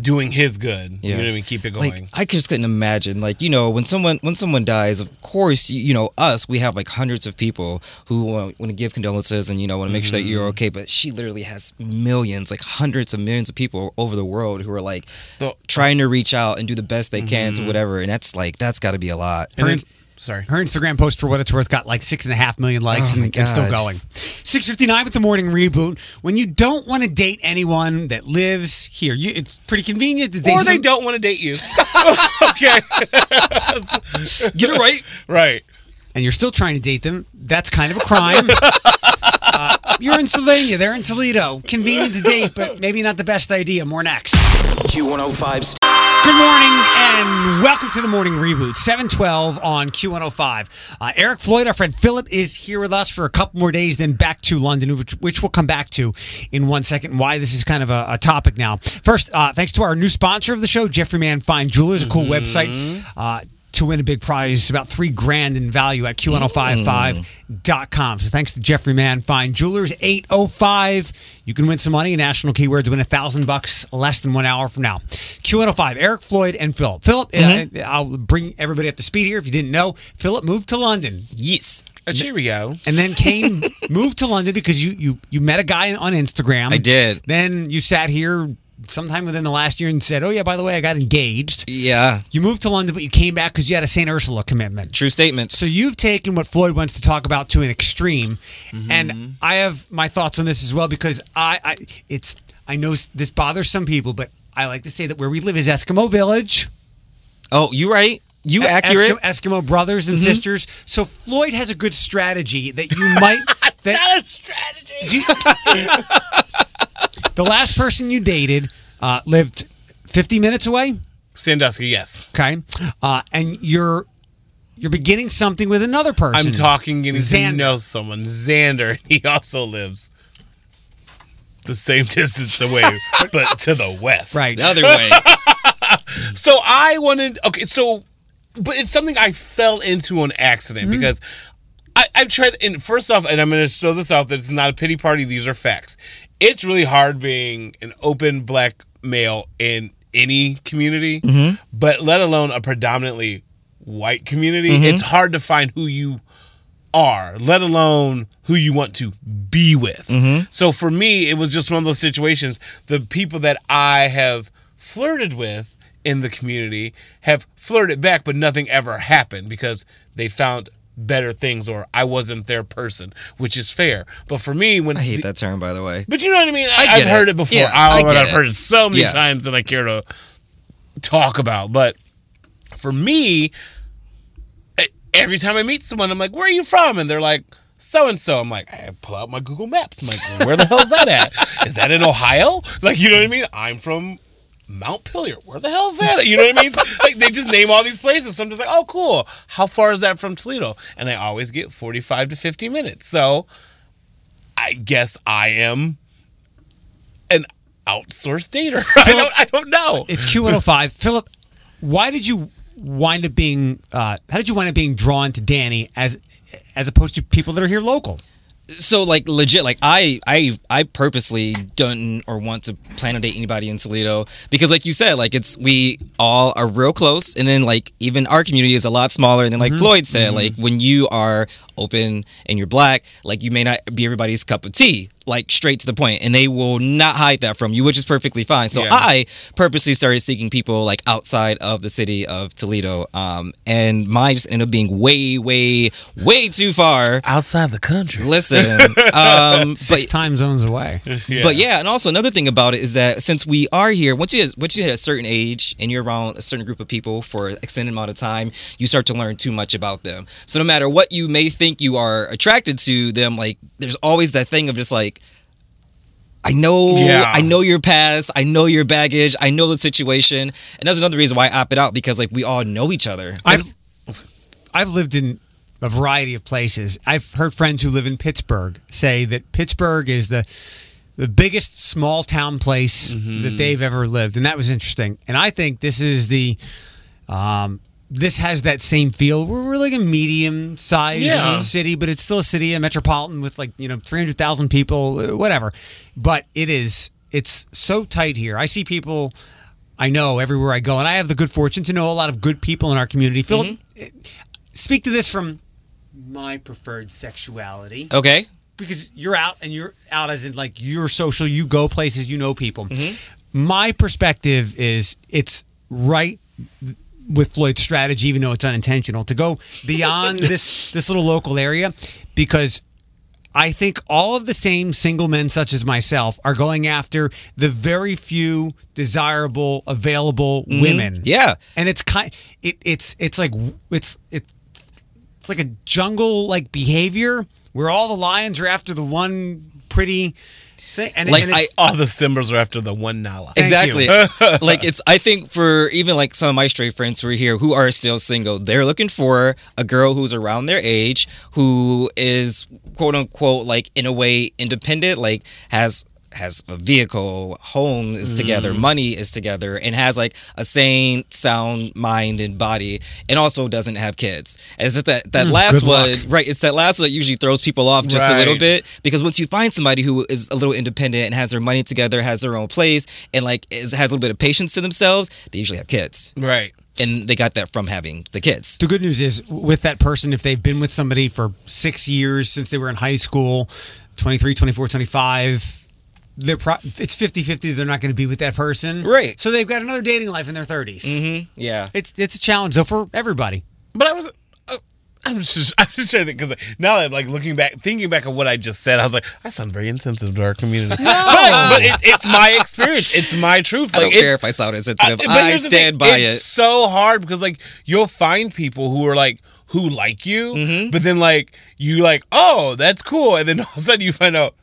doing his good. You know what I mean? Keep it going. Like I just couldn't imagine. Like you know, when someone when someone dies, of course you, you know us. We have like hundreds of people who want, want to give condolences and you know want to make sure that Mm-hmm. you're okay. But she literally has millions, like hundreds of millions of people over the world who are like The- Mm-hmm. trying to reach out and do the best they can to whatever. And that's like that's got to be a lot. Her, And in- then- sorry. her Instagram post for what it's worth got like six and a half million likes Oh, and my it's still God. going. Six fifty nine with the morning reboot. When you don't want to date anyone that lives here, you, it's pretty convenient to date. Or they some- don't want to date [LAUGHS] you. [LAUGHS] okay. Get it right. right. and you're still trying to date them, that's kind of a crime. Uh, you're in Sylvania, they're in Toledo. Convenient to date, but maybe not the best idea. More next. Q105's Good morning and welcome to the morning reboot, 712 on Q105. Uh, Eric Floyd, our friend Philip, is here with us for a couple more days, then back to London, which, which we'll come back to in one second, and why this is kind of a, a topic now. First, uh, thanks to our new sponsor of the show, Jeffrey Man Fine Jewelers, a cool website. Uh, to win a big prize, about three grand in value at Q1055.com. So thanks to Jeffrey Mann Fine Jewelers, 805. You can win some money. National keywords win a thousand bucks less than one hour from now. Q105, Eric Floyd and Philip. Philip, uh, Mm-hmm. I'll bring everybody up to speed here. If you didn't know, Philip moved to London Yes. A cheerio. and [LAUGHS] then came, moved to London because you, you, you met a guy on Instagram. I did. Then you sat here sometime within the last year and said, oh, yeah, by the way, I got engaged. Yeah. You moved to London, but you came back because you had a St. Ursula commitment. True statements. So you've taken what Floyd wants to talk about to an extreme, and I have my thoughts on this as well because I, I it's I know s- this bothers some people, but I like to say that where we live is Eskimo Village. oh, you right. You E- accurate. Eskimo, Eskimo brothers and sisters. So Floyd has a good strategy that you might. that, Do you- [LAUGHS] the last person you dated uh, lived 50 minutes away. Sandusky, yes. Okay, uh, and you're you're beginning something with another person. I'm talking getting [LAUGHS] Xander. to know someone. Xander, he also lives. the same distance away, but to the west. Right. The other way. So I wanted okay, so but it's something I fell into on accident because I, I've tried and first off, and I'm gonna throw this out that it's not a pity party, these are facts. It's really hard being an open black male in any community, but let alone a predominantly white community. It's hard to find who you are, let alone who you want to be with. Mm-hmm. So for me, it was just one of those situations. The people that I have flirted with in the community have flirted back, but nothing ever happened because they found better things or I wasn't their person, which is fair. But for me, when I hate that term, by the way. but you know what I mean? I, get have it. heard it before. Yeah, I I don't know. get I've it. heard it so many Yeah. times that I care to talk about. But for me, e- every time I meet someone, I'm like, where are you from? And they're like, so and so. I'm like, I pull out my Google Maps. I'm like, where the hell's that at? Is that in Ohio? Like, you know what I mean? I'm from Mount Pillar. Where the hell's that? You know [LAUGHS] what I mean? like they just name all these places. So I'm just like, oh, cool. How far is that from Toledo? And I always get 45 to 50 minutes. So I guess I am an outsourced dater. [LAUGHS] I don't. I don't know. It's Q105. Philip, why did you wind up being uh, how did you wind up being drawn to Danny as as opposed to people that are here local? so like legit like i i i purposely don't or want to plan to date anybody in toledo because like you said like it's we all are real close and then like even our community is a lot smaller and then like floyd said like when you are open and you're black like you may not be everybody's cup of tea like straight to the point and they will not hide that from you which is perfectly fine so Yeah. i purposely started seeking people like outside of the city of toledo um and mine just ended up being way way way too far Outside the country. Listen, um, Six but time zones away. but yeah, and also another thing about it is that since we are here, once you once you hit a certain age and you're around a certain group of people for an extended amount of time, you start to learn too much about them. So no matter what you may think you are attracted to them, like there's always that thing of just like. I know, Yeah. I know your past. I know your baggage. I know the situation, and that's another reason why I opted out because like we all know each other. I've I've lived in a variety of places. I've heard friends who live in Pittsburgh say that Pittsburgh is the the biggest small town place that they've ever lived, and that was interesting. And I think this is the um, this has that same feel. We're, we're like a medium sized Yeah. city, but it's still a city, a metropolitan with like you know three hundred thousand people, uh, whatever. But it is it's so tight here. I see people. I know everywhere I go, and I have the good fortune to know a lot of good people in our community. Philip, eh, speak to this from my preferred sexuality Okay, because you're out and you're out as in like you're social, you go places, you know people. My perspective is it's right th- with Floyd's strategy, even though it's unintentional, to go beyond this this little local area because I think all of the same single men such as myself are going after the very few desirable available women. Yeah. And it's kind it it's it's like it's it's it's like a jungle like behavior where all the lions are after the one pretty thing. And, Like, and it's, All the Simbers are after the one Nala. Thank Exactly. [LAUGHS] like it's I think for even like some of my straight friends who are here who are still single, they're looking for a girl who's around their age who is quote unquote like in a way independent, like has has a vehicle, home is together, Mm-hmm. money is together, and has like a sane, sound mind and body, and also doesn't have kids. And it's that that last Hmm, good luck. one, right? It's that last one that usually throws people off just a little Right. bit it, because once you find somebody who is a little independent and has their money together, has their own place, and like is, has a little bit of patience to themselves, they usually have kids, Right. and they got that from having the kids. the good news is with that person, if they've been with somebody for six years since they were in high school, 23, 24, 25, they're pro- it's 50 50. They're not going to be with that person. Right. Mm-hmm. So they've got another dating life in their 30s. Yeah, It's, it's a challenge, though, for everybody. But I was. uh, I'm just, [LAUGHS] I'm just trying to think because now that like looking back, thinking back of what I just said, I was like, I sound very insensitive to our community. But, but it, it's my experience, it's my truth. I Like, don't it's, care if I sound insensitive. but I, here's the stand thing, by it's it. so hard because like you'll find people who are like who like you, Mm-hmm. but then like you like oh that's cool, and then [LAUGHS] all of a sudden you find out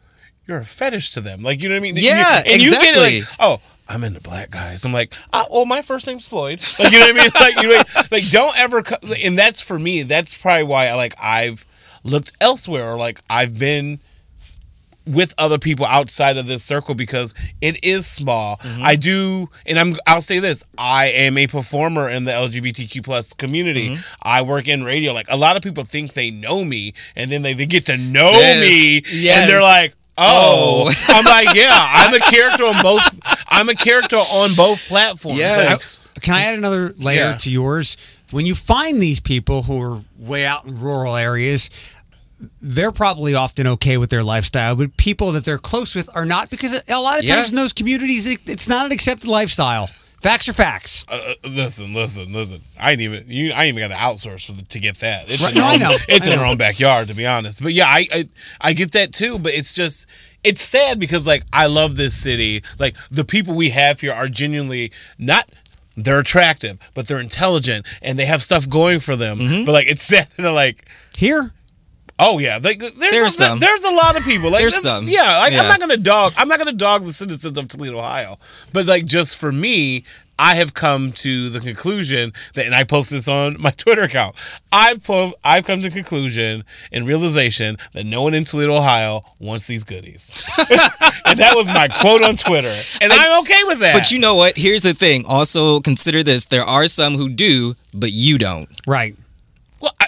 you're a fetish to them. Like you know what I mean? Yeah, and you, and you get it, like exactly. oh. I'm into black guys. I'm like, oh, well, my first name's Floyd. Like, you know what I mean? [LAUGHS] Like, you like, like, don't ever. Co- and that's for me. That's probably why I like I've looked elsewhere or like I've been with other people outside of this circle because it is small. Mm-hmm. I do, and I'm I'll say this: I am a performer in the LGBTQ plus community. Mm-hmm. I work in radio. Like a lot of people think they know me, and then they, they get to know Sis. me, Yes. and they're like. Oh, I'm like, yeah, I'm a character on both. I'm a character on both platforms. Like, Yes. Can I add another layer Yeah. to yours? When you find these people who are way out in rural areas, they're probably often okay with their lifestyle, but people that they're close with are not because a lot of Yeah. times in those communities, it- it's not an accepted lifestyle. Facts are facts. Uh, uh, listen, listen, listen. I ain't even you. I ain't even got to outsource for the, to get that. It's Right, in no, I our own, know. It's in our own backyard, to be honest. But yeah, I, I I get that too. But it's just it's sad because like I love this city. Like the people we have here are genuinely not. They're attractive, but they're intelligent and they have stuff going for them. Mm-hmm. But like it's [LAUGHS] sad. They're like. Here, Oh yeah, like there's, a, There's some. There's a lot of people. Like, There's this- some. Yeah, like I'm Yeah. not gonna dog. I'm not gonna dog the citizens of Toledo, Ohio. But like, just for me, I have come to the conclusion that, and I post this on my [LAUGHS] Twitter account. I've po- I've come to the conclusion and realization that no one in Toledo, Ohio, wants these goodies. [LAUGHS] and that was my quote on Twitter, and I'm okay with that. But you know what? Here's the thing. Also consider this: there are some who do, but you don't. right? well, I,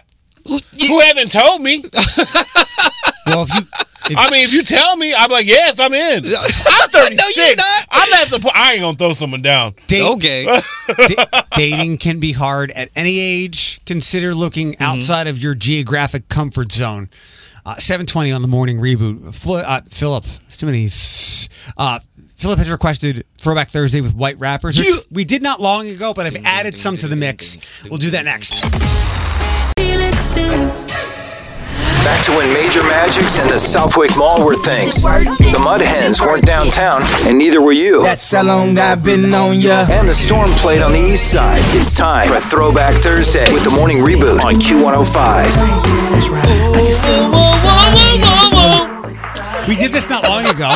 who haven't told me? Well, if you if I mean, if you tell me, I'm like, yes, I'm [LAUGHS] in. I'm 36. not. I'm at the point. I ain't gonna throw someone down. [LAUGHS] date, Okay. da- dating can be hard at any age. Consider Mm-hmm. looking outside of your geographic comfort zone. Uh, 720 on the morning reboot. Flo- uh, Philip, it's too many. ths. Uh, Philip has requested Throwback Thursday with white rappers. You- we did not long ago, but I've added ding, some to the ding, mix. ding, ding, we'll do that ding, next. Back to when major magics and the Southwick Mall were things. The Mud Hens weren't downtown, and neither were you. That's how long I've been on ya. and the storm played on the east side. It's time for Throwback Thursday with the morning reboot on Q105. We did this not long ago,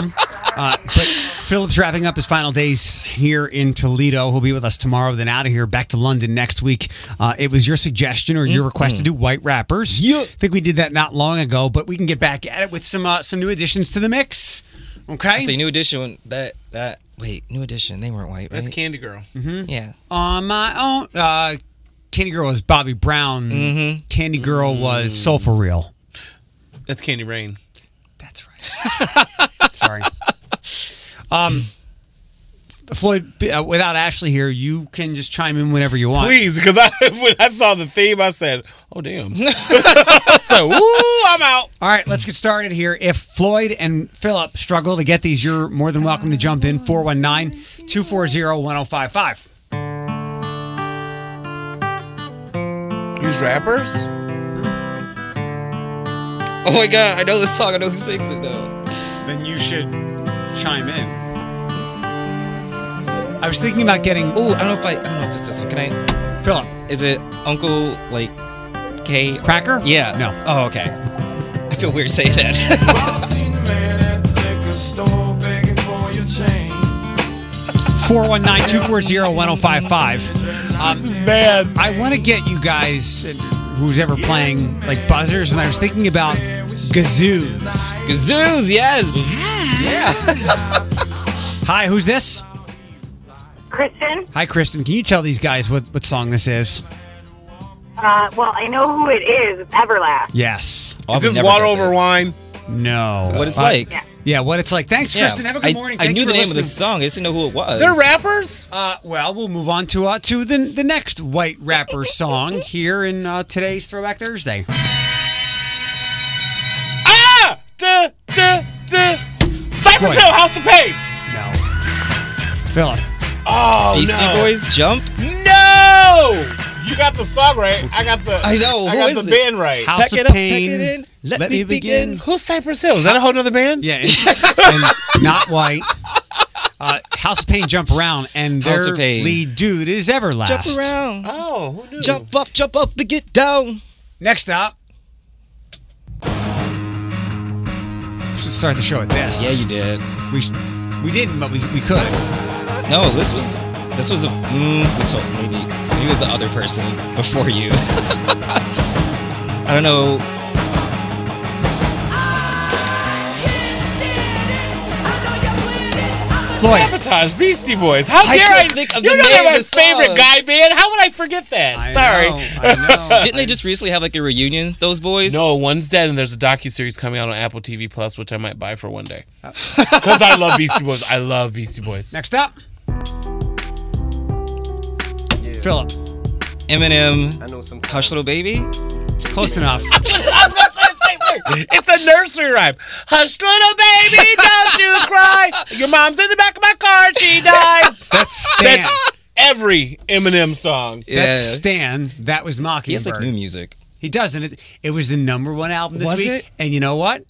uh, but Philip's wrapping up his final days here in Toledo. He'll be with us tomorrow, then out of here, back to London next week. Uh, it was your suggestion or your request to do white rappers. I think we did that not long ago, but we can get back at it with some uh, some new additions to the mix. Okay. Say new edition. That that. Wait, new edition. They weren't white, right? That's Candy Girl. yeah. On my own, uh, Candy Girl was Bobby Brown. Candy Girl was Soul for Real. That's Candy Rain. That's right. [LAUGHS] Sorry. Um, Floyd, b- uh, without Ashley here, you can just chime in whenever you want. [LAUGHS] Please, because I [LAUGHS] when I saw the theme, I said, "Oh damn!" [LAUGHS] so, woo, I'm out. All right, let's get started here. If Floyd and Philip struggle to get these, you're more than welcome to jump in 419 240 1055. These rappers. Oh my god, I know this song. I know who sings it though. Then you should chime in. I was thinking about getting oh, Ooh, I don't know if I. I don't know if it's this one. Can I? Philip. Is it Uncle like K? Cracker? Yeah. No. Oh, okay. I feel weird saying that. [LAUGHS] That's 419 240 1055. Um, Bad. I want to get you guys, uh, who's ever playing, like buzzers, and I was thinking about gazoos. Gazoos, yes. Hi, who's this? Kristen, Hi, Kristen. Can you tell these guys what, what song this is? uh, well, I know who it is. It's Everlast. Yes. Oh, Is I've this never water done over that. wine? No. What it's Uh, like? Yeah. Yeah, what it's like. Thanks, Kristen. Have a good I- morning. I, Thank knew you the for name of listening. the song. I just didn't know who it was. They're rappers. Uh, well, we'll move on to uh, to the the next white rapper song here in uh, today's Throwback Thursday. Ah, duh, duh, duh. Cypress Floyd. Hill, House of Pain. No. Philip. Oh DC no. Boys Jump. No. You got the song right. I got the. I know, I who got is the it? band right. House Pack of it up, pack Pain. it in. Let me begin. Who's Cypress Hill? Is that a whole other band? [LAUGHS] Yeah, and, and not white. Uh, House of Pain jump around, and House their of Pain. lead dude is Everlast. Jump around. Oh, who knew? Jump up, jump up and get down. Next up, we should start the show with this. Yeah, you did. we sh- we didn't, but we, we could. No, this was this was a mm, we told maybe maybe it was the other person before you. [LAUGHS] I don't know. Floyd. Sabotage, Beastie Boys. How I dare I? can't think of you the know they're name of my the song. favorite guy band. How would I forget that? I Sorry. know, [LAUGHS] I know. Didn't they just recently have like a reunion? Those boys. No, one's dead, and there's a docu series coming out on Apple TV Plus, which I might buy for one day. [LAUGHS] Because I love Beastie Boys. I love Beastie Boys. Next up, Philip. Eminem. Hush little baby. Close [LAUGHS] enough. It's a nursery rhyme. Hush, little baby, don't you cry. Your mom's in the back of my car. She died. [LAUGHS] That's Stan. [LAUGHS] That's every Eminem song. That's Stan. That was He has Mockingbird. like new music. He doesn't. It, it was the number one album this Was week. it? And you know what?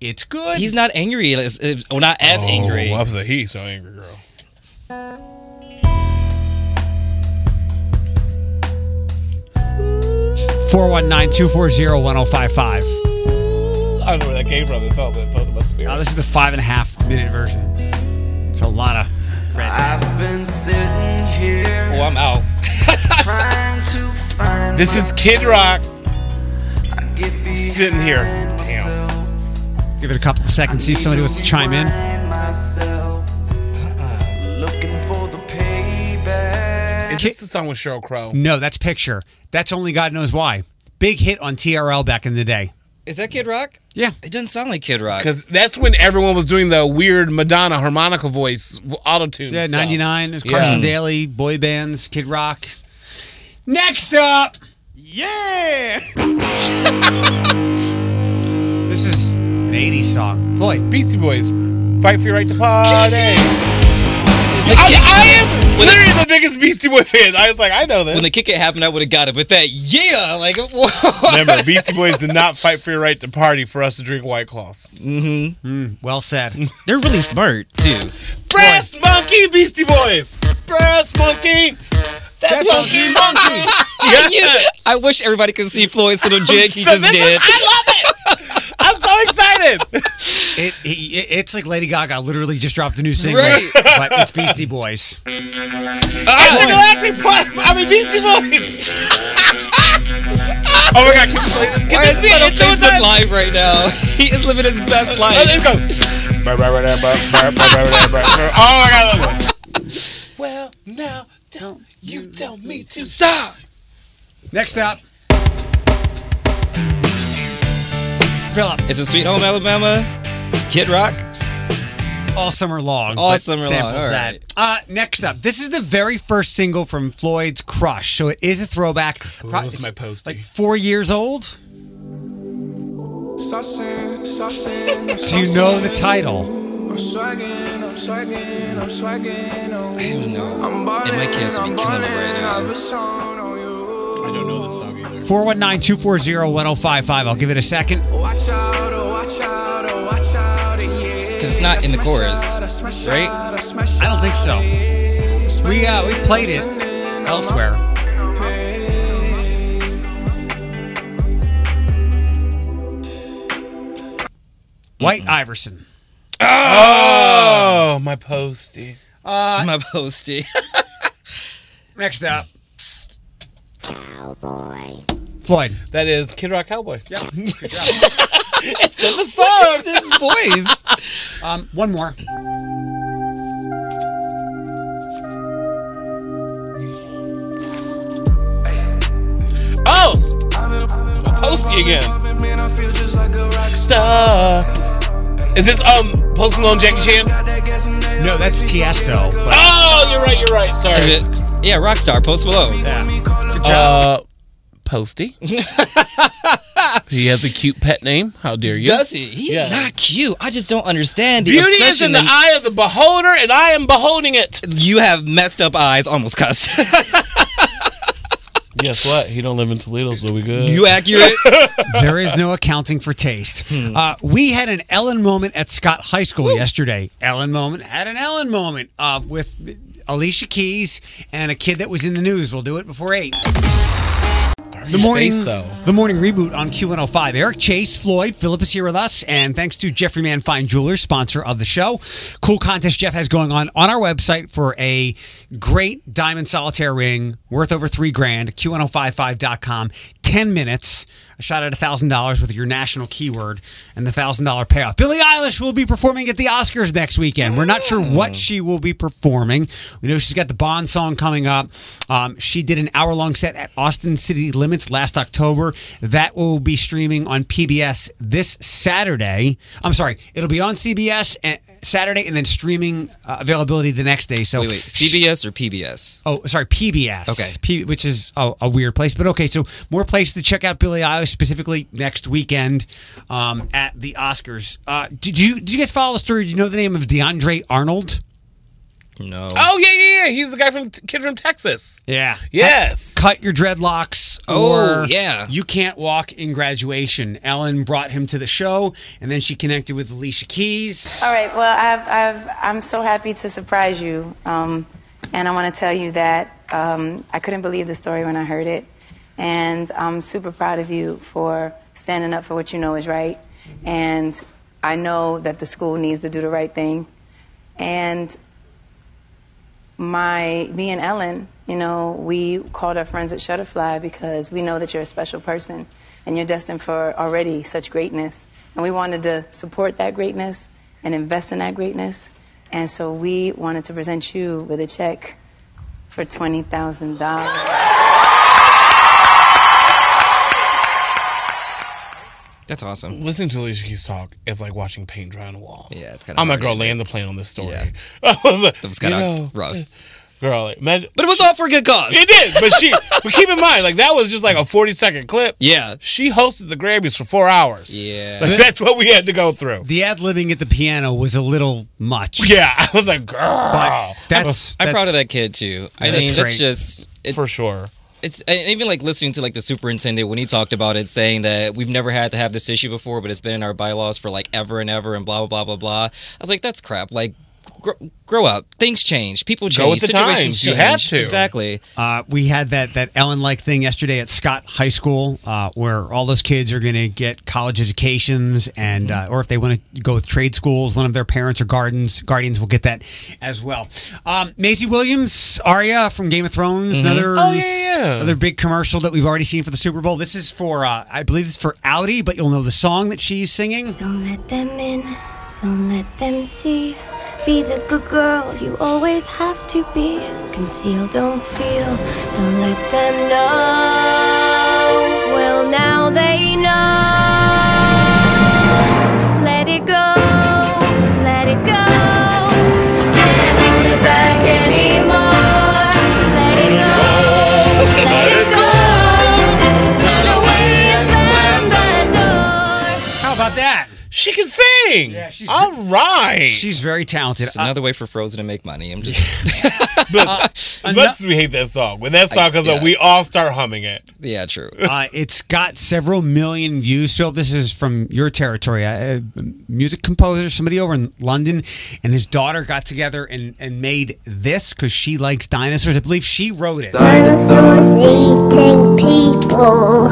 It's good. He's not angry. like, it's- it- Well, not Oh, as angry. Oh, Oh, I was like, he's so angry, girl. four one nine two four zero one zero five five. I don't know where that came from. It felt, it felt in my spirit. Now this is the five and a half minute version. It's a lot of. Oh, I'm out. This is Kid Rock. Sitting here. Damn. Give it a couple of seconds. See if somebody wants to chime in. Is this the song with Cheryl Crow? No, that's picture. That's only God knows why. Big hit on TRL back in the day. Is that Kid Rock? Yeah. It doesn't sound like Kid Rock. Because that's when everyone was doing the weird Madonna harmonica voice auto tune. Yeah, 99. It was Carson Yeah. Daly, boy bands, Kid Rock. Next up. Yeah. this is an 80s song. Floyd. Beastie Boys, fight for your right to party. I, When the kick- I am literally the biggest Beastie Boy fan. I was like, I know when this. the kick it happened, I would have got it. But that yeah, like [LAUGHS] whoa. Remember, Beastie Boys did not fight for your right to party for us to drink White Claws. Well said. they're really smart too. Brass Monkey Beastie Boys. Brass Monkey. That monkey monkey. [LAUGHS] yeah. I wish everybody could see Floyd's little jig he So just this is- did. I love it. I'm so excited. it, it, it's like Lady Gaga literally just dropped a new single, Right. but it's Beastie Boys. Intergalactic Prime. I mean, Beastie Boys. [LAUGHS] oh my God, can you play this? Why Can is this be that an on intro Facebook time? Live right now? [LAUGHS] He is living his best Oh, life. it goes. oh my Oh God, I love it. Well, now don't you tell me to stop. Next up. Philip. It's a Sweet Home Alabama, Kid Rock. all summer long. All but summer long, samples all that. right. Uh, next up, this is the very first single from Floyd's Crush, so it is a throwback. Pro- that's it's my postie. Like four years old. Do you know the title? I don't know. And my kids would be killing him right now. I don't know this song either. 419 240 1055. I'll give it a second. Because it's not in the chorus, right? I don't think so. We uh, we played it elsewhere. White Iverson. Oh, my postie. my [LAUGHS] postie. Next up. Cowboy. Floyd. That is Kid Rock Cowboy. His voice. [LAUGHS] Um, one more. Oh! My postie Oh. again. Star. Is this um Post Malone Jackie Chan? No, that's Tiesto. But Oh, you're right, you're right. Sorry. Is it? Yeah, Rockstar, Post Malone. Uh, [LAUGHS] Posty. he has a cute pet name. How dare you? Does he? He's Yeah. not cute. I just don't understand the Beauty is in obsession. the eye of the beholder, and I am beholding it. and- you have messed up eyes, almost cussed. Guess what? He don't live in Toledo, so we good. [LAUGHS] [LAUGHS] you accurate? there is no accounting for taste. Uh, we had an Ellen moment at Scott High School yesterday. Ellen moment had an Ellen moment uh, with Alicia Keys and a kid that was in the news. We'll do it before eight. The morning, face, though. the morning reboot on Q105. Eric Chase, Floyd, Philip is here with us, and thanks to Jeffrey Man Fine Jewelers, sponsor of the show. Cool contest Jeff has going on on our website for a oh great diamond solitaire ring worth over three grand. Q1055.com. 10 minutes. A shot at $1,000 with your national keyword and the $1,000 payoff. Billie Eilish will be performing at the Oscars next weekend. We're not sure Mm. what she will be performing. We know she's got the Bond song coming up. Um, she did an hour long set at Austin City Limits last October. That will be streaming on PBS this Saturday. I'm sorry, it'll be on CBS and eh, Saturday and then streaming uh, availability the next day. So Wait, wait. CBS or PBS? Oh, sorry, PBS. Okay. P- which is a, a weird place, but okay. So more places to check out Billie Eilish specifically next weekend um, at the Oscars. Uh, did you did you guys follow the story? Do you know the name of DeAndre Arnold? No. Oh yeah, yeah, yeah. He's the guy from kid from Texas. Yeah. Yes. Cut your dreadlocks. Oh, or yeah. You can't walk in graduation. Ellen brought him to the show, and then she connected with Alicia Keys. Oh. All right. Well, I've, I've, I'm so happy to surprise you. Um, and I want to tell you that um, I couldn't believe the story when I heard it. And I'm super proud of you for standing up for what you know is right. And I know that the school needs to do the right thing. And my me and Ellen, you know, we called our friends at Shutterfly because we know that you're a special person and you're destined for already such greatness. And we wanted to support that greatness and invest in that greatness. And so we wanted to present you with a check for twenty thousand dollars. That's awesome. Listening to Alicia Keys talk is like watching paint dry on a wall. Yeah, it's kinda I'm not hard, gonna isn't land the plane on this story. Yeah. [LAUGHS] I was like, That was you kind of know, rough. [LAUGHS] girl. Like, imagine, But it was all for a good cause. it is, but she. but keep in mind, like that was just like a 40 second clip. Yeah. She hosted the Grammys for four hours. Yeah. Like, that's what we had to go through. The ad libbing at the piano was a little much. Yeah, I was like, girl, but that's, I'm proud that's- of that kid too. I That's mean, great. that's just it, for sure. it's and even like listening to like the superintendent when he talked about it, saying that we've never had to have this issue before, but it's been in our bylaws for like ever and ever, and blah blah blah blah blah. I was like, that's crap. Like, grow, grow up. Things change. People change. with the Situations times. You Change. have to. Exactly. Uh, we had that that Ellen like thing yesterday at Scott High School, uh, where all those kids are going to get college educations, and Mm-hmm. uh, or if they want to go with trade schools, one of their parents or guardians guardians will get that as well. Um, Maisie Williams, Arya from Game of Thrones, another Oh, yeah, yeah, yeah. another big commercial that we've already seen for the Super Bowl. This is for uh, I believe it's for Audi, but you'll know the song that she's singing. Don't let them in, don't let them see. Be the good girl you always have to be. Conceal, don't feel, don't let them know. Well, now they know. Let it go, let it go. Can't hold it back anymore. Let it go, let it go. Turn away and slam the door. How about that? She can sing. Yeah, she's- all right. She's very talented. It's Uh, another way for Frozen to make money. I'm just But uh, [LAUGHS] as much as we hate that song, when that song comes yeah. up, we all start humming it. [LAUGHS] [LAUGHS] yeah, true. uh, it's got several million views. So this is from your territory. A, a music composer, somebody over in London, and his daughter got together and, and made this because she likes dinosaurs. I believe she wrote it. Dinosaurs eating people.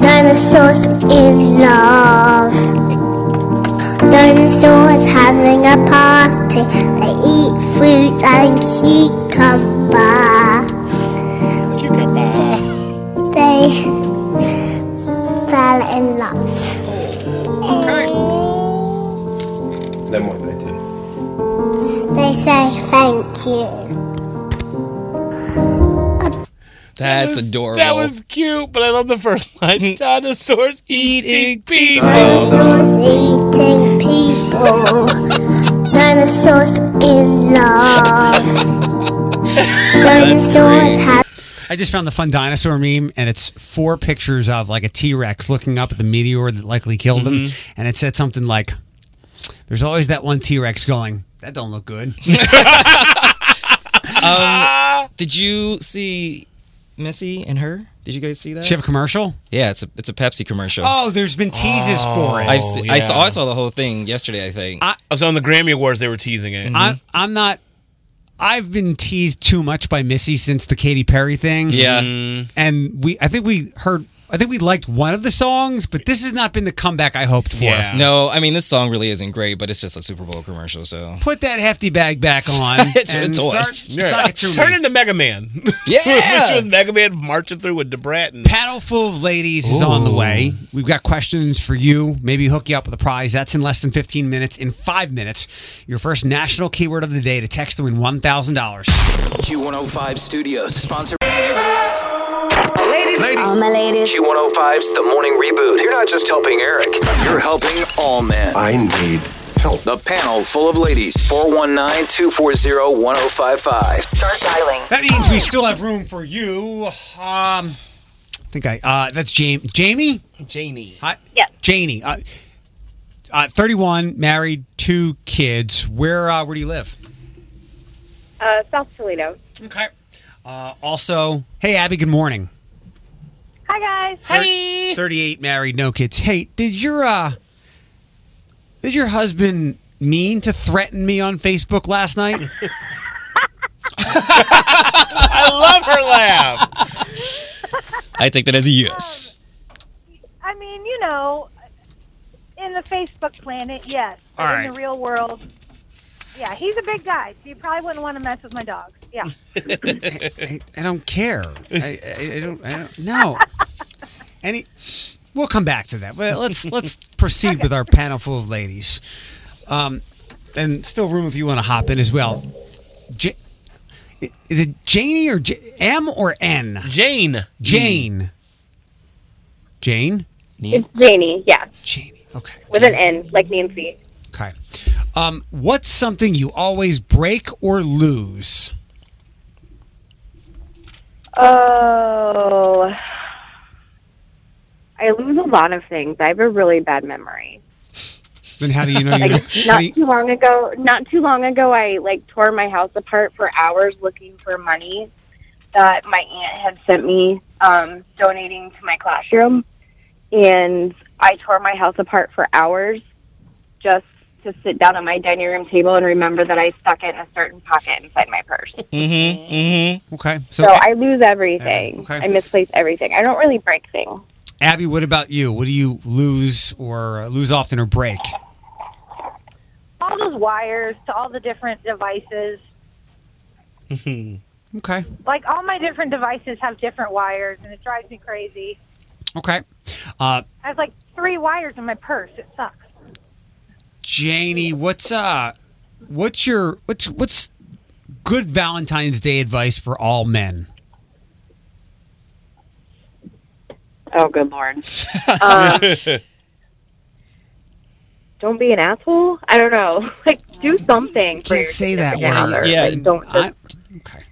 Dinosaurs in love. Dinosaurs having a party. They eat fruit and cucumber. Cucumber. They fell in love. Then what they do? They say thank you. That's That was- adorable. That was cute, but I love the first [LAUGHS] [LAUGHS] line. Dinosaurs eating people. Dinosaurs eating people. Dinosaurs in love. Dinosaurs have. I just found the fun dinosaur meme, and it's four pictures of like a T Rex looking up at the meteor that likely killed him, and it said something like, "There's always that one T Rex going." That don't look good. Did you see Missy and her? Did you guys see that? Did you have a commercial? yeah, it's a it's a Pepsi commercial. Oh, there's been teases for it. I've se- I yeah. saw I saw the whole thing yesterday. I think. So on the Grammy Awards, they were teasing Mm-hmm. it. I'm I'm not. I've been Mm. teased too much by Missy since the Katy Perry thing. yeah. and we I think we heard I think we liked one of the songs, but this has not been the comeback I hoped for. No, I mean this song really isn't great, but it's just a Super Bowl commercial. So Put that hefty bag back on [LAUGHS] It's a and toy. start Yeah. suck it to Turn me. into Mega Man. [LAUGHS] [LAUGHS] Yeah. Which was Mega Man marching through with Debrat and Paddle full of ladies is on the way. We've got questions for you. Maybe hook you up with a prize. That's in less than 15 minutes. In five minutes, your first national keyword of the day to text to win $1,000. Q105 Studios, sponsor. Ladies, all my ladies. Q105's The Morning Reboot. You're not just helping Eric, you're helping all men. I need help. The panel full of ladies. 419 240 1055. Start dialing. That means we still have room for you. Um, I think I, uh, that's Jamie. Jamie? Janie. Hi. Yes. Janie. Uh, uh, 31, married, two kids. Where, uh, where do you live? Uh, South Toledo. Okay. Uh, also, hey, Abby, good morning. Hi guys. Hi. 38 married no kids hey did your uh did your husband mean to threaten me on facebook last night I love her [LAUGHS] laugh. I take that as a yes. I mean, you know, in the Facebook planet, yes. But All In right. the real world, yeah, he's a big guy, so you probably wouldn't want to mess with my dogs. Yeah. I, I don't care I, I, I don't i don't no any we'll come back to that well let's let's proceed with our panel full of ladies um and still room if you want to hop in as well J- is it janie or J- m or n Jane. jane jane It's Janie. Yeah. Janie. Okay. With an N, like Nancy. Okay. Um, what's something you always break or lose? Oh. I lose a lot of things. I have a really bad memory. Then how [LAUGHS] do you know you? how Not do you- too long ago, not too long ago, I like tore my house apart for hours looking for money that my aunt had sent me, um, donating to my classroom, and I tore my house apart for hours just to sit down at my dining room table and remember that I stuck it in a certain pocket inside my purse. Mm-hmm. Mm-hmm. okay. So, So, e- I lose everything. Okay. I misplace everything. I don't really break things. Abby, what about you? What do you lose or uh, lose often or break? [LAUGHS] All those wires to all the different devices. Okay. Like all my different devices have different wires, and it drives me crazy. Okay. Uh, I have like three wires in my purse. It sucks. Janie, what's uh, what's your what's what's good Valentine's Day advice for all men? Oh, good lord. um, don't be an asshole. I don't know. [LAUGHS] Like, do something. for Can't your say that significant word. other. Yeah. Like, don't I-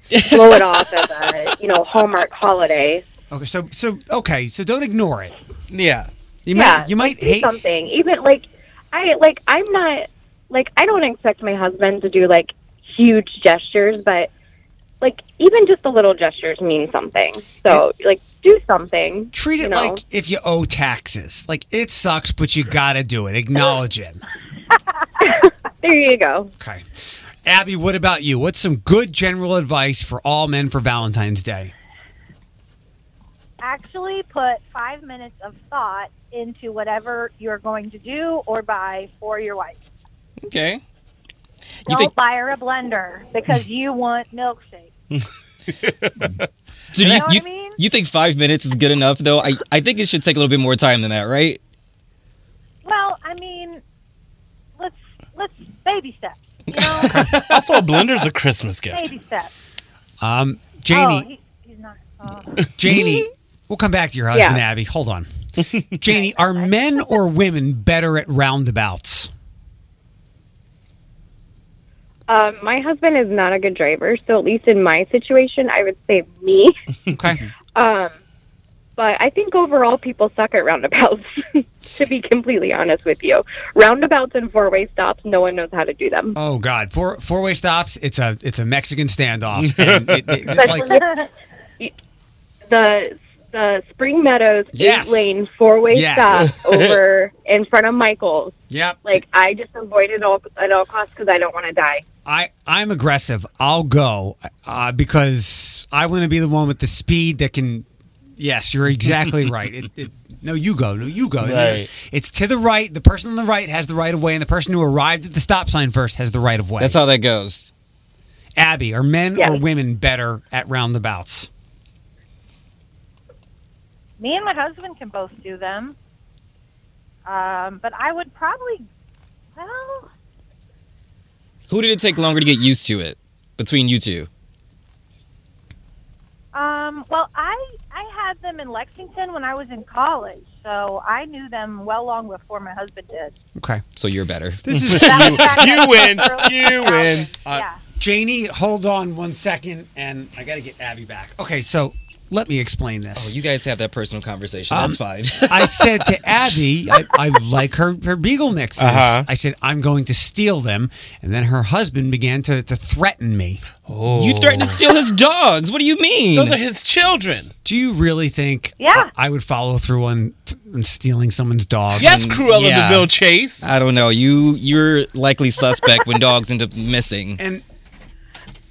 just blow it off as a [LAUGHS] you know Hallmark holiday. Okay. So so okay. So don't ignore it. Yeah. You yeah, might you might like, do hate. something. Even like I like I'm not like I don't expect my husband to do like huge gestures, but like even just the little gestures mean something. So like do something. Treat it you know? like if you owe taxes. Like it sucks, but you gotta do it. Acknowledge it. there you go. Okay. Abby, what about you? What's some good general advice for all men for Valentine's Day? actually put five minutes of thought into whatever you're going to do or buy for your wife. Okay. You Don't think? buy her a blender because you want milkshake. Dude, You you, know what you, I mean? you think five minutes is good enough though? I, I think it should take a little bit more time than that, right? Well, I mean, let's let's baby steps. You know, Also, a blender's a Christmas gift. baby steps. Um, Oh, Janie, he, he's not. Oh. [LAUGHS] Janie, we'll come back to your husband, Yeah. Abby. Hold on. Janie, are men or women better at roundabouts? Um, my husband is not a good driver, so at least in my situation, I would say me. Okay. Um, but I think overall people suck at roundabouts, [LAUGHS] to be completely honest with you. Roundabouts and four way stops, no one knows how to do them. [LAUGHS] Oh God, four four way stops. It's a it's a Mexican standoff. And it, it- But like, the the Spring Meadows Yes. eight lane four way Yes. [LAUGHS] stop over in front of Michael's. yep. Like I just avoid it all at all costs because I don't want to die. I I'm aggressive. I'll go uh, because I want to be the one with the speed that can Yes, you're exactly right. It, it, no, you go. No, you go. Right. It's to the right. The person on the right has the right of way, and the person who arrived at the stop sign first has the right of way. That's how that goes. Abby, are men or women better at roundabouts? Me and my husband can both do them. Um, but I would probably, well, Who did it take longer to get used to it between you two? um, well, I I had them in Lexington when I was in college, so I knew them well long before my husband did. [LAUGHS] Okay, so you're better. This [LAUGHS] is You win. You win. Uh, Janie, hold on one second, and I got to get Abby back. Okay, so let me explain this. Oh, you guys have that personal conversation. Um, That's fine. I said to Abby, I, I like her her Beagle mixes. Uh-huh. I said I'm going to steal them, and then her husband began to, to threaten me. Oh. [LAUGHS] You threatened to steal his dogs. What do you mean? Those are his children. Do you really think? Yeah. I, I would follow through on, on stealing someone's dog. Yes, Cruella de Mm, Yeah. Vil Chase. I don't know. You you're likely suspect when dogs end up missing. And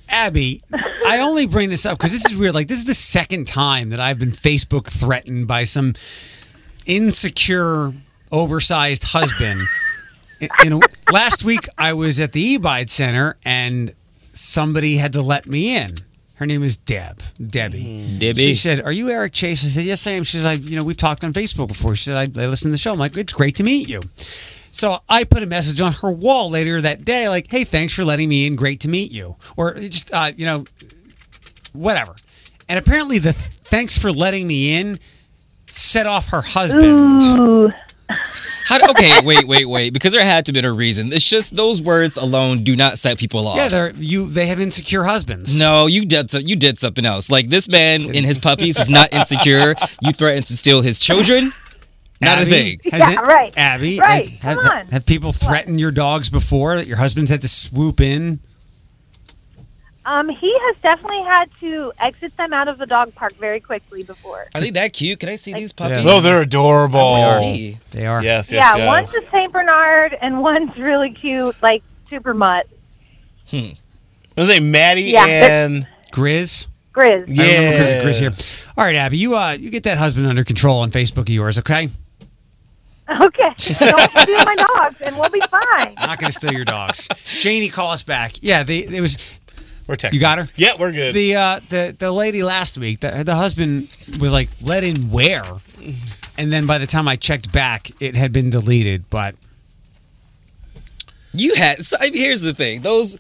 Abby, I only bring this up because this is weird. Like this is the second time that I've been Facebook threatened by some insecure, oversized husband. In, in a- last week, I was at the Ebide Center and somebody had to let me in. Her name is Deb. Debbie. Debbie. She said, "Are you Eric Chase?" I said, "Yes, I am." She said, I, "You know, we've talked on Facebook before." She said, "I, I listen to the show." I'm like, "It's great to meet you." So I put a message on her wall later that day, like, "Hey, thanks for letting me in. Great to meet you," or just, uh, you know, whatever. And apparently, the thanks for letting me in set off her husband. How, okay, wait, wait, wait. Because there had to be a reason. It's just those words alone do not set people off. Yeah, they're you. They have insecure husbands. No, you did so- you did something else. Like this man and his puppies is not insecure. You threatened to steal his children. Not Abby, a thing. has it- Abby, Right, Have, come on. have people threatened your dogs before that your husband's had to swoop in? Um, he has definitely had to exit them out of the dog park very quickly before. Are they that cute? Can I see these puppies? No, they're adorable. I wanna see. They are. Yes, yes, yeah, yes. one's a Saint Bernard and one's really cute, like super mutt Those ain't Maddie Yeah, but- and Grizz. Grizz. I remember because of Grizz here. All right, Abby, you uh, you get that husband under control on Facebook of yours, okay? [LAUGHS] Okay, don't steal my dogs, and we'll be fine. Not going to steal [LAUGHS] your dogs. Janie, call us back. Yeah, they, it was. We're texting. You got her. Yeah, we're good. The uh, the the lady last week, the, the husband was like, "Let in where?" And then by the time I checked back, it had been deleted. But You had. So, I mean, here's the thing. Those.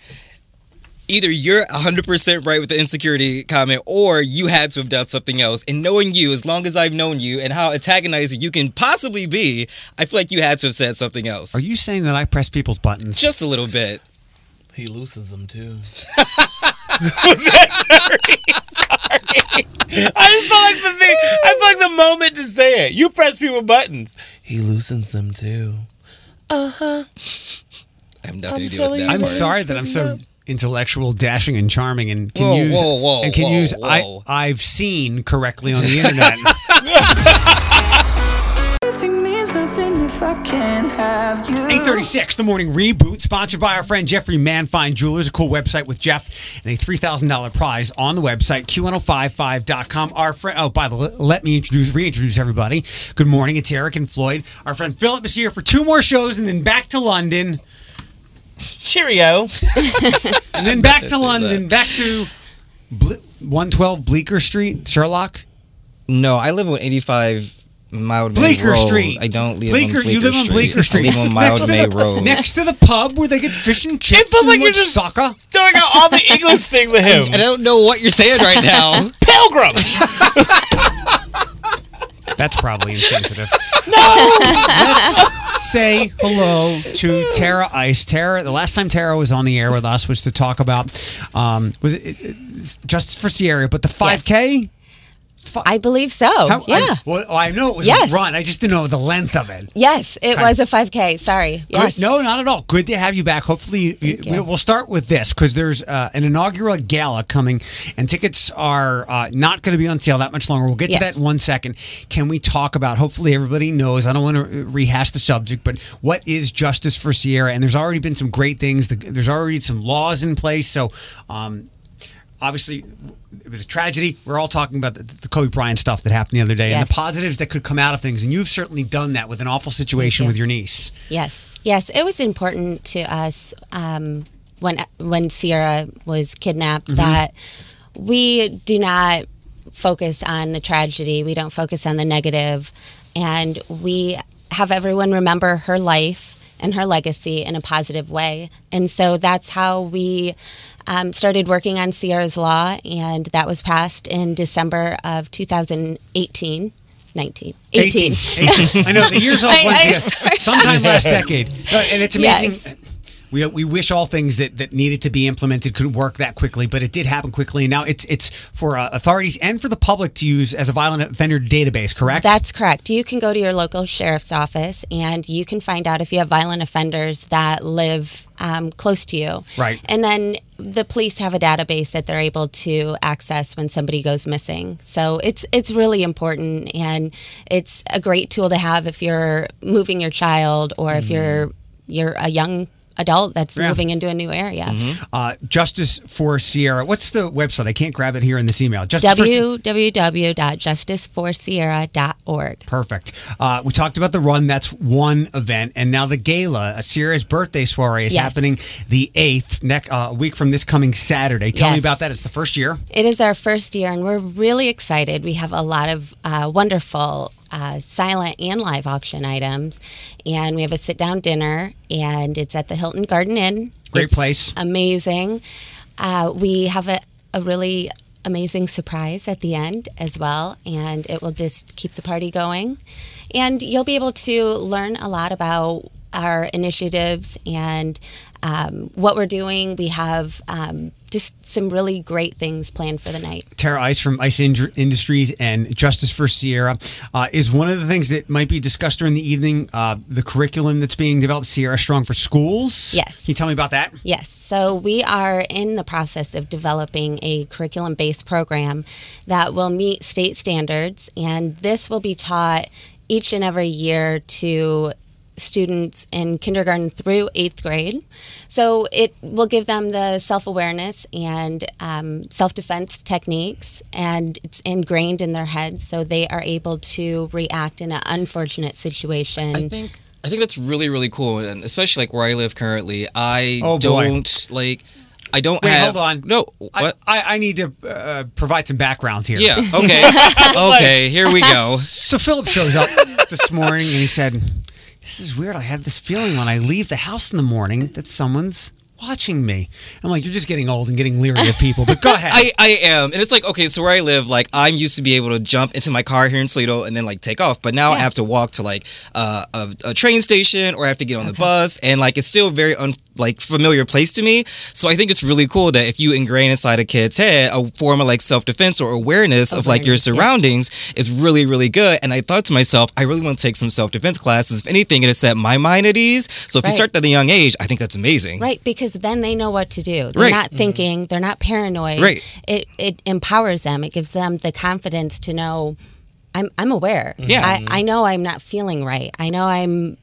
Either you're 100% right with the insecurity comment, or you had to have done something else. And knowing you, as long as I've known you, and how antagonizing you can possibly be, I feel like you had to have said something else. are you saying that I press people's buttons? Just a little bit. He loses them [LAUGHS] too. I just felt like the thing. I felt like the moment to say it. You press people buttons. He loosens them too. Uh huh. I have nothing I'm to do with telling that. you, I'm part. sorry that I'm so intellectual, dashing, and charming, and can Whoa, use whoa, whoa, and can whoa, use whoa. I I've seen correctly on [LAUGHS] the internet. Nothing means nothing if I can't have you. 836, the morning reboot, sponsored by our friend Jeffrey Manfine Jewelers, a cool website with Jeff and a $3,000 prize on the website, q1055.com. Our friend, oh, by the way, let me introduce, reintroduce everybody. Good morning, it's Eric and Floyd. Our friend Philip is here for two more shows and then back to London. Cheerio. and then back to Say London, back to Ble- 112 Bleecker Street, Sherlock. No, I live on 85 Mild May Bleecker Road. Street. I don't live Bleecker, on Bleecker you live Street. on Bleecker Street. I [LAUGHS] live on Next Mild to May the- Road. Next to the pub where they get fish and chips. It feels like you're just soccer. Throwing out [LAUGHS] all the English things at him. [LAUGHS] I don't know what you're saying right [LAUGHS] now. Pilgrim. That's probably [LAUGHS] insensitive. Uh, Let's say hello to Tara Ice. Tara, the last time Tara was on the air with us was to talk about um, was it, it, just for Sierra, but the five k. I believe so. yeah. I, well, I know it was Yes. a run. I just didn't know the length of it. yes, it Okay. was a 5K. Sorry. Good- Yes. No, not at all. Good to have you back. Hopefully, we, we'll start with this because there's uh, an inaugural gala coming, and tickets are uh, not going to be on sale that much longer. We'll get Yes. to that in one second. Can we talk about? Hopefully, everybody knows. I don't want to rehash the subject, but what is justice for Sierra? And there's already been some great things. The- There's already some laws in place. So. Um, obviously it was a tragedy. We're all talking about the, the Kobe Bryant stuff that happened the other day and Yes. the positives that could come out of things. And you've certainly done that with an awful situation you. with your niece. Yes, yes, it was important to us um, when when Sierra was kidnapped Mhm. that we do not focus on the tragedy. We don't focus on the negative, and we have everyone remember her life and her legacy in a positive way. And so that's how we. Um, started working on Sierra's Law, and that was passed in December of 2018, 19, 18. 18. I know the years [LAUGHS] all I- went I- together. sorry. Sometime last decade, Uh, and it's Yes. amazing. We, we wish all things that, that needed to be implemented could work that quickly, but it did happen quickly. And now it's it's for uh, authorities and for the public to use as a violent offender database. Correct? That's correct. You can go to your local sheriff's office and you can find out if you have violent offenders that live um, close to you. Right. And then the police have a database that they're able to access when somebody goes missing. So it's it's really important and it's a great tool to have if you're moving your child or if Mhm. you're you're a young adult that's Yeah. moving into a new area. uh, Justice for Sierra. What's the website? I can't grab it here in this email. Justice for Sierra. www.justiceforsierra.org. Perfect. Uh, we talked about the run. That's one event, and now the gala. uh, Sierra's birthday soiree is Yes. happening the eighth, next uh, week from this coming Saturday. Tell me Yes. about that. It's the first year. It is our first year, and we're really excited. We have a lot of uh, wonderful uh, silent and live auction items, and we have a sit down dinner, and it's at the Hilton Garden Inn. Great It's place. Amazing. Uh, we have a, a really amazing surprise at the end as well, and it will just keep the party going. And you'll be able to learn a lot about our initiatives and um, what we're doing. We have um, just some really great things planned for the night. Tara Ice from Ice Ind- Industries and Justice for Sierra uh, is one of the things that might be discussed during the evening. Uh, the curriculum that's being developed, Sierra Strong for Schools. Yes. Can you tell me about that? Yes. So we are in the process of developing a curriculum based program that will meet state standards, and this will be taught each and every year to students in kindergarten through eighth grade. So it will give them the self awareness and um, self defense techniques, and it's ingrained in their heads so they are able to react in an unfortunate situation. I think I think that's really really cool, and especially like where I live currently. I Oh, boy. don't like. I don't Wait, have. hold on. No, what? I, I, I need to uh, provide some background here. [LAUGHS] Yeah, okay. Okay, here we go. So Philip shows [LAUGHS] up this morning and he said, This is weird. I have this feeling when I leave the house in the morning that someone's watching me. I'm like, You're just getting old and getting leery of people, but [LAUGHS] go ahead. I, I am. And it's like, okay, so where I live, like, I'm used to be able to jump into my car here in Toledo and then, like, take off. But now I Yeah. have to walk to, like, uh, a, a train station or I have to get on the bus. And, like, it's still a very, un- like, familiar place to me. So I think it's really cool that if you ingrain inside a kid's head a form of, like, self defense or awareness of, like, your Awareness, yeah. surroundings is really, really good. And I thought to myself, I really want to take some self defense classes. If anything, it'll set my mind at ease. So if Right. you start at a young age, I think that's amazing. Right, because then they know what to do. They're Right. not Mhm. thinking, they're not paranoid. Right. It it empowers them. It gives them the confidence to know I'm I'm aware. Mm-hmm. Yeah. I, I know I'm not feeling right. I know I'm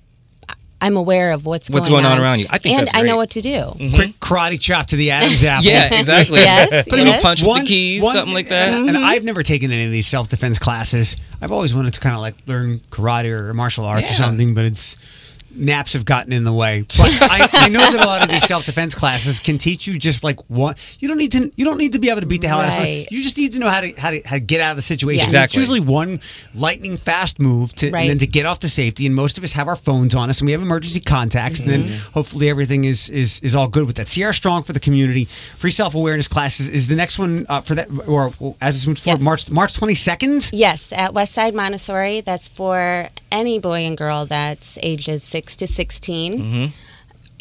I'm aware of what's, What's going, going on around you. I think and that's I know great. what to do. Mm-hmm. Quick karate chop to the Adam's apple. [LAUGHS] Yeah, exactly. [LAUGHS] Yes, I yes. mean, Punch with the keys, something like that. And, and Mhm. I've never taken any of these self defense classes. I've always wanted to kind of like learn karate or martial arts or Yeah. something, but it's naps have gotten in the way. But I, I know that a lot of these self defense classes can teach you just like one. You don't need to. You don't need to be able to beat the hell out of someone. Right. You just need to know how to how to, how to get out of the situation. Yeah. It's Exactly. usually one lightning fast move to Right. and then to get off to safety. And most of us have our phones on us and we have emergency contacts. And then Mm-hmm. hopefully everything is is is all good with that. Sierra Strong for the community. Free self awareness classes is the next one uh, for that or or as this moves forward March March twenty second. Yes, at Westside Montessori, that's for any boy and girl that's ages six to 16 Mm-hmm.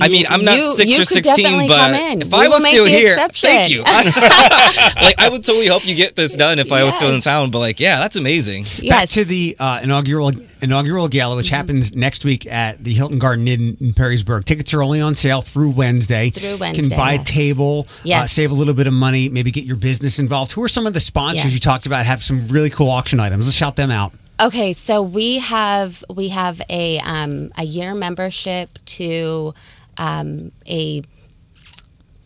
I mean, I'm not you- six you or could sixteen, definitely but come in. if We I will was make still the here, exception. [LAUGHS] thank you. [LAUGHS] like I would totally help you get this done if I was still in town. But like, yeah, that's amazing. [LAUGHS] Back to the uh, inaugural inaugural gala, Mm-hmm. which happens next week at the Hilton Garden Inn in Perrysburg. Tickets are only on sale through Wednesday. Through you Wednesday, can buy a yes. table, uh, Yes. save a little bit of money, maybe get your business involved. Who are some of the sponsors you Yes. talked about? Have some really cool auction items. Let's shout them out. Okay, so we have we have a um, a year membership to um, a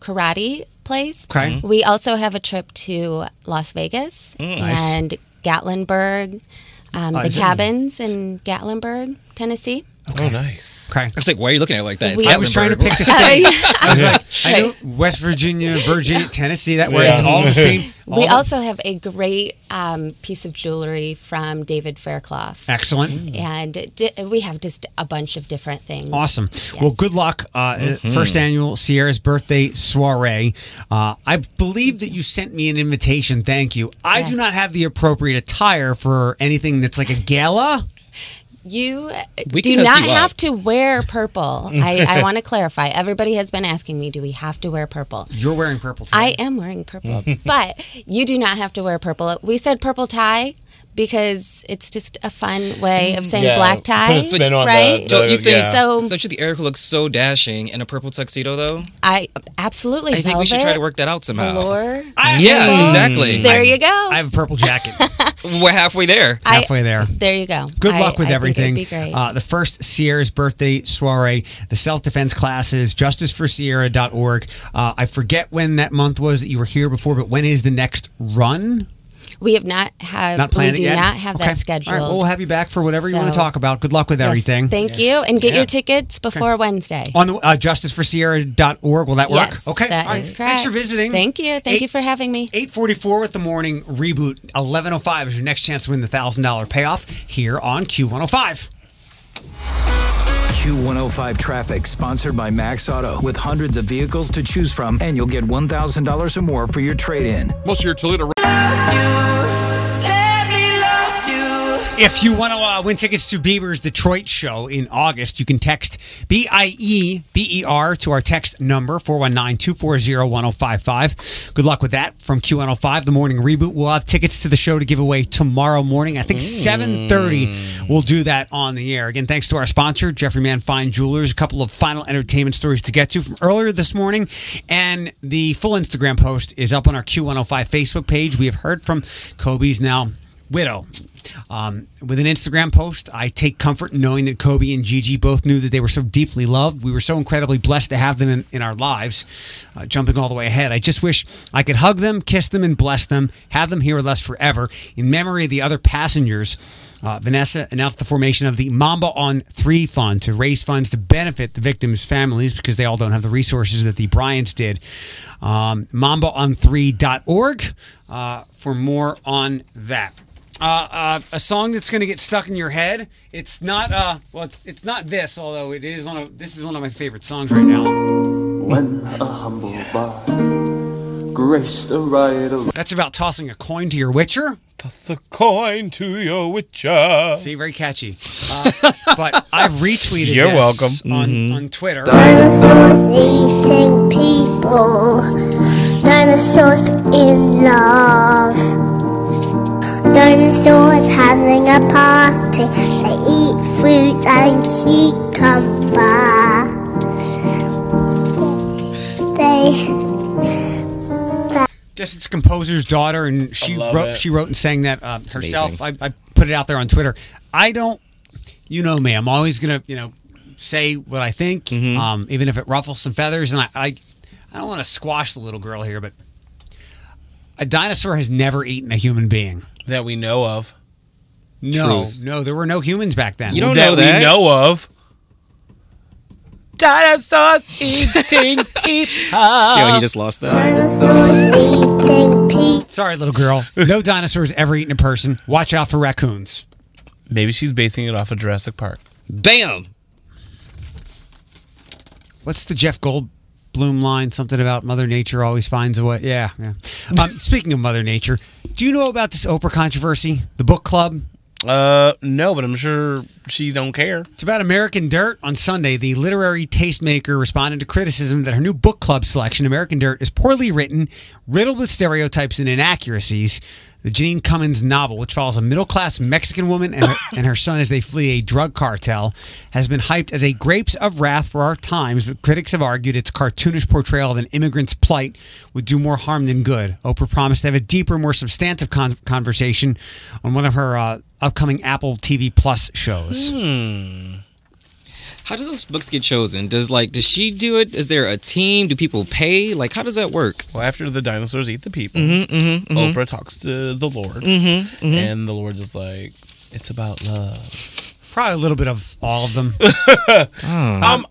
karate place. Okay. We also have a trip to Las Vegas Mm. Nice. and Gatlinburg, um, Oh, the is it- cabins in Gatlinburg, [LAUGHS] Tennessee. [LAUGHS] Oh, nice. Okay. It's like, why are you looking at it like that? It's We- I was Gatlinburg. trying to pick the Why? state. I was Yeah. like, I know West Virginia, Virginia, Tennessee. That way, it's Yeah. all the same. all we the- also have a great um, piece of jewelry from David Fairclough. Excellent. And di- we have just a bunch of different things. Awesome. Well, good luck. Uh, Mhm. First annual Sierra's birthday soiree. Uh, I believe that you sent me an invitation. Thank you. I do Yes. not have the appropriate attire for anything that's like a gala. You uh, We do can hook not you up. have to wear purple. [LAUGHS] I, I want to clarify. Everybody has been asking me, do we have to wear purple? You're wearing purple. Today. I am wearing [LAUGHS] purple, but you do not have to wear purple. We said purple tie because it's just a fun way of saying Yeah, black put a tie, spin on the- right? the- Don't you think- yeah. so? Don't you think Eric looks so dashing in a purple tuxedo though? I absolutely. I think we should velvet, try to work that out somehow. velour. yeah, purple. Mm. exactly. There you go. I have a purple jacket. We're halfway there. I- Halfway there. There you go. Good I- luck with I think it'd everything. be great. Uh, the first Sierra's birthday soiree, the self defense classes, justiceforsierra.org. Uh, I forget when that month was that you were here before, but when is the next run? we have not have. Not Uh, we planned do it yet? not have Okay. that scheduled. All right, well, we'll have you back for whatever you want to So- talk about. Good luck with Yes, everything. Thank you, and get Yeah. your tickets before Wednesday. On the uh, justiceforsierra.org. Will that work? Yes, okay. that All right. is correct. Thanks for visiting. Thank you. Thank you for having me. 844 with the morning reboot. 1105 is your next chance to win the $1,000 payoff here on Q105. Q105 traffic sponsored by Max Auto with hundreds of vehicles to choose from, and you'll get $1,000 or more for your trade in. Most of your Toledo. If you want to uh, win tickets to Bieber's Detroit show in August, you can text B I E B E R to our text number 419 240 1055. Good luck with that from Q105, the morning reboot. We'll have tickets to the show to give away tomorrow morning. I think 7.30 we'll do that on the air. Again, thanks to our sponsor, Jeffrey Mann Fine Jewelers. A couple of final entertainment stories to get to from earlier this morning. And the full Instagram post is up on our Q105 Facebook page. We have heard from Kobe's now widow. Um, with an Instagram post, I take comfort in knowing that Kobe and Gigi both knew that they were so deeply loved. We were so incredibly blessed to have them in, in our lives. Uh, jumping all the way ahead, I just wish I could hug them, kiss them, and bless them, have them here with us forever. In memory of the other passengers, uh, Vanessa announced the formation of the Mamba on Three Fund to raise funds to benefit the victims' families because they all don't have the resources that the Bryants did. Um, MambaOn3.org uh, for more on that uh, uh, a song that's going to get stuck in your head. It's not uh, well, it's, it's not this, although it is one of this is one of my favorite songs right now. When a humble bar graced the ride along. That's about tossing a coin to your witcher. Toss a coin to your witcher. See, very catchy. Uh, but I've retweeted. You're this welcome. on, Mhm. on Twitter. Dinosaurs eating people. Dinosaurs in love. Dinosaurs having a party. They eat fruit and cucumber. They Guess it's a composer's daughter, and she love wrote it. she wrote and sang that uh, herself. I, amazing. I put it out there on Twitter. I don't, you know me. I'm always gonna you know say what I think, Mm-hmm. um, even if it ruffles some feathers. And I I, I don't want to squash the little girl here, but a dinosaur has never eaten a human being. That we know of. No, Truth. no, there were no humans back then. that we know of. Dinosaurs [LAUGHS] eating people. See how he just lost that? Sorry, [LAUGHS] little girl. No dinosaurs ever eaten a person. Watch out for raccoons. Maybe she's basing it off of Jurassic Park. Bam. What's the Jeff Goldblum line? Something about Mother Nature always finds a way. Yeah. yeah. Um, [LAUGHS] speaking of Mother Nature, do you know about this Oprah controversy? The book club? Uh, no, but I'm sure she don't care. It's about American Dirt. On Sunday, the literary tastemaker responded to criticism that her new book club selection, American Dirt, is poorly written, riddled with stereotypes and inaccuracies. The Jeanine Cummins novel, which follows a middle class Mexican woman and her, and her son as they flee a drug cartel, has been hyped as a grapes of wrath for our times, but critics have argued its cartoonish portrayal of an immigrant's plight would do more harm than good. Oprah promised to have a deeper, more substantive con- conversation on one of her uh, upcoming Apple TV Plus shows. How do those books get chosen? Does like does she do it? Is there a team? Do people pay? Like how does that work? Well, after the dinosaurs eat the people, Mhm, mhm, mhm. Oprah talks to the Lord, Mhm, mhm. and the Lord is like, "It's about love." Probably a little bit of all of them. Um,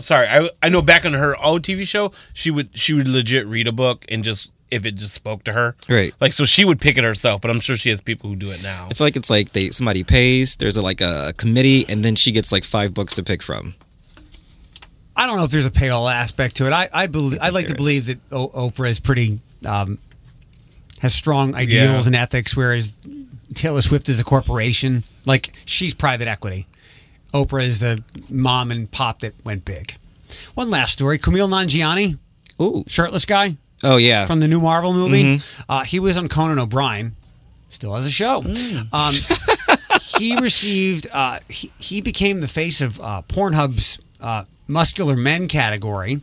sorry, I I know back on her old TV show, she would she would legit read a book and just if it just spoke to her, Right. Like so, she would pick it herself, but I'm sure she has people who do it now. I feel like it's like they somebody pays. There's a, like a committee, and then she gets like five books to pick from. I don't know if there's a paywall aspect to it. I I believe I like to believe that o- Oprah is pretty um, has strong ideals Yeah. and ethics, whereas Taylor Swift is a corporation. Like she's private equity. Oprah is the mom and pop that went big. One last story: Camille Nanjiani, ooh, shirtless guy. Oh, yeah. from the new Marvel movie. Mhm. Mm-hmm. Uh, he was on Conan O'Brien. Still has a show. Mm. Um, [LAUGHS] he received. Uh, he he became the face of uh, Pornhub's uh, muscular men category,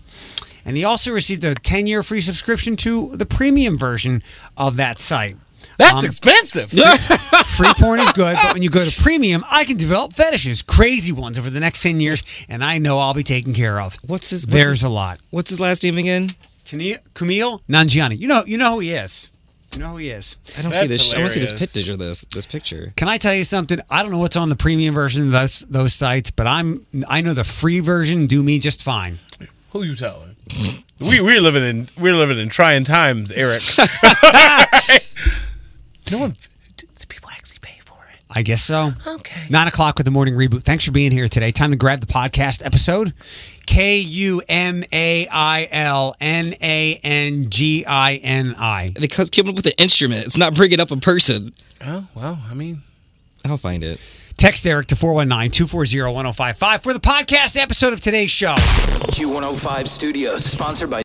and he also received a ten year free subscription to the premium version of that site. Um, That's expensive. [LAUGHS] free porn is good, but when you go to premium, I can develop fetishes, crazy ones over the next ten years, and I know I'll be taken care of. What's his? what's There's his- a lot. What's his last name again? Camille, Camille Nangiani. You know, you know who he is. You know who he is. I don't see this. I want to see this picture. This this picture. Can I tell you something? I don't know what's on the premium version of those those sites, but I'm I know the free version do me just fine. Who you telling? we we're living in we're living in trying times, Eric. no one. I guess so. Okay. Nine o'clock with the morning reboot. Thanks for being here today. Time to grab the podcast episode. K U M A I L N A N G I N I. Because came up with an instrument. It's not bringing up a person. Oh [LAUGHS] well, I mean, I'll find it. Text Eric to 419 240 1055 for the podcast episode of today's show. Q105 Studios, sponsored by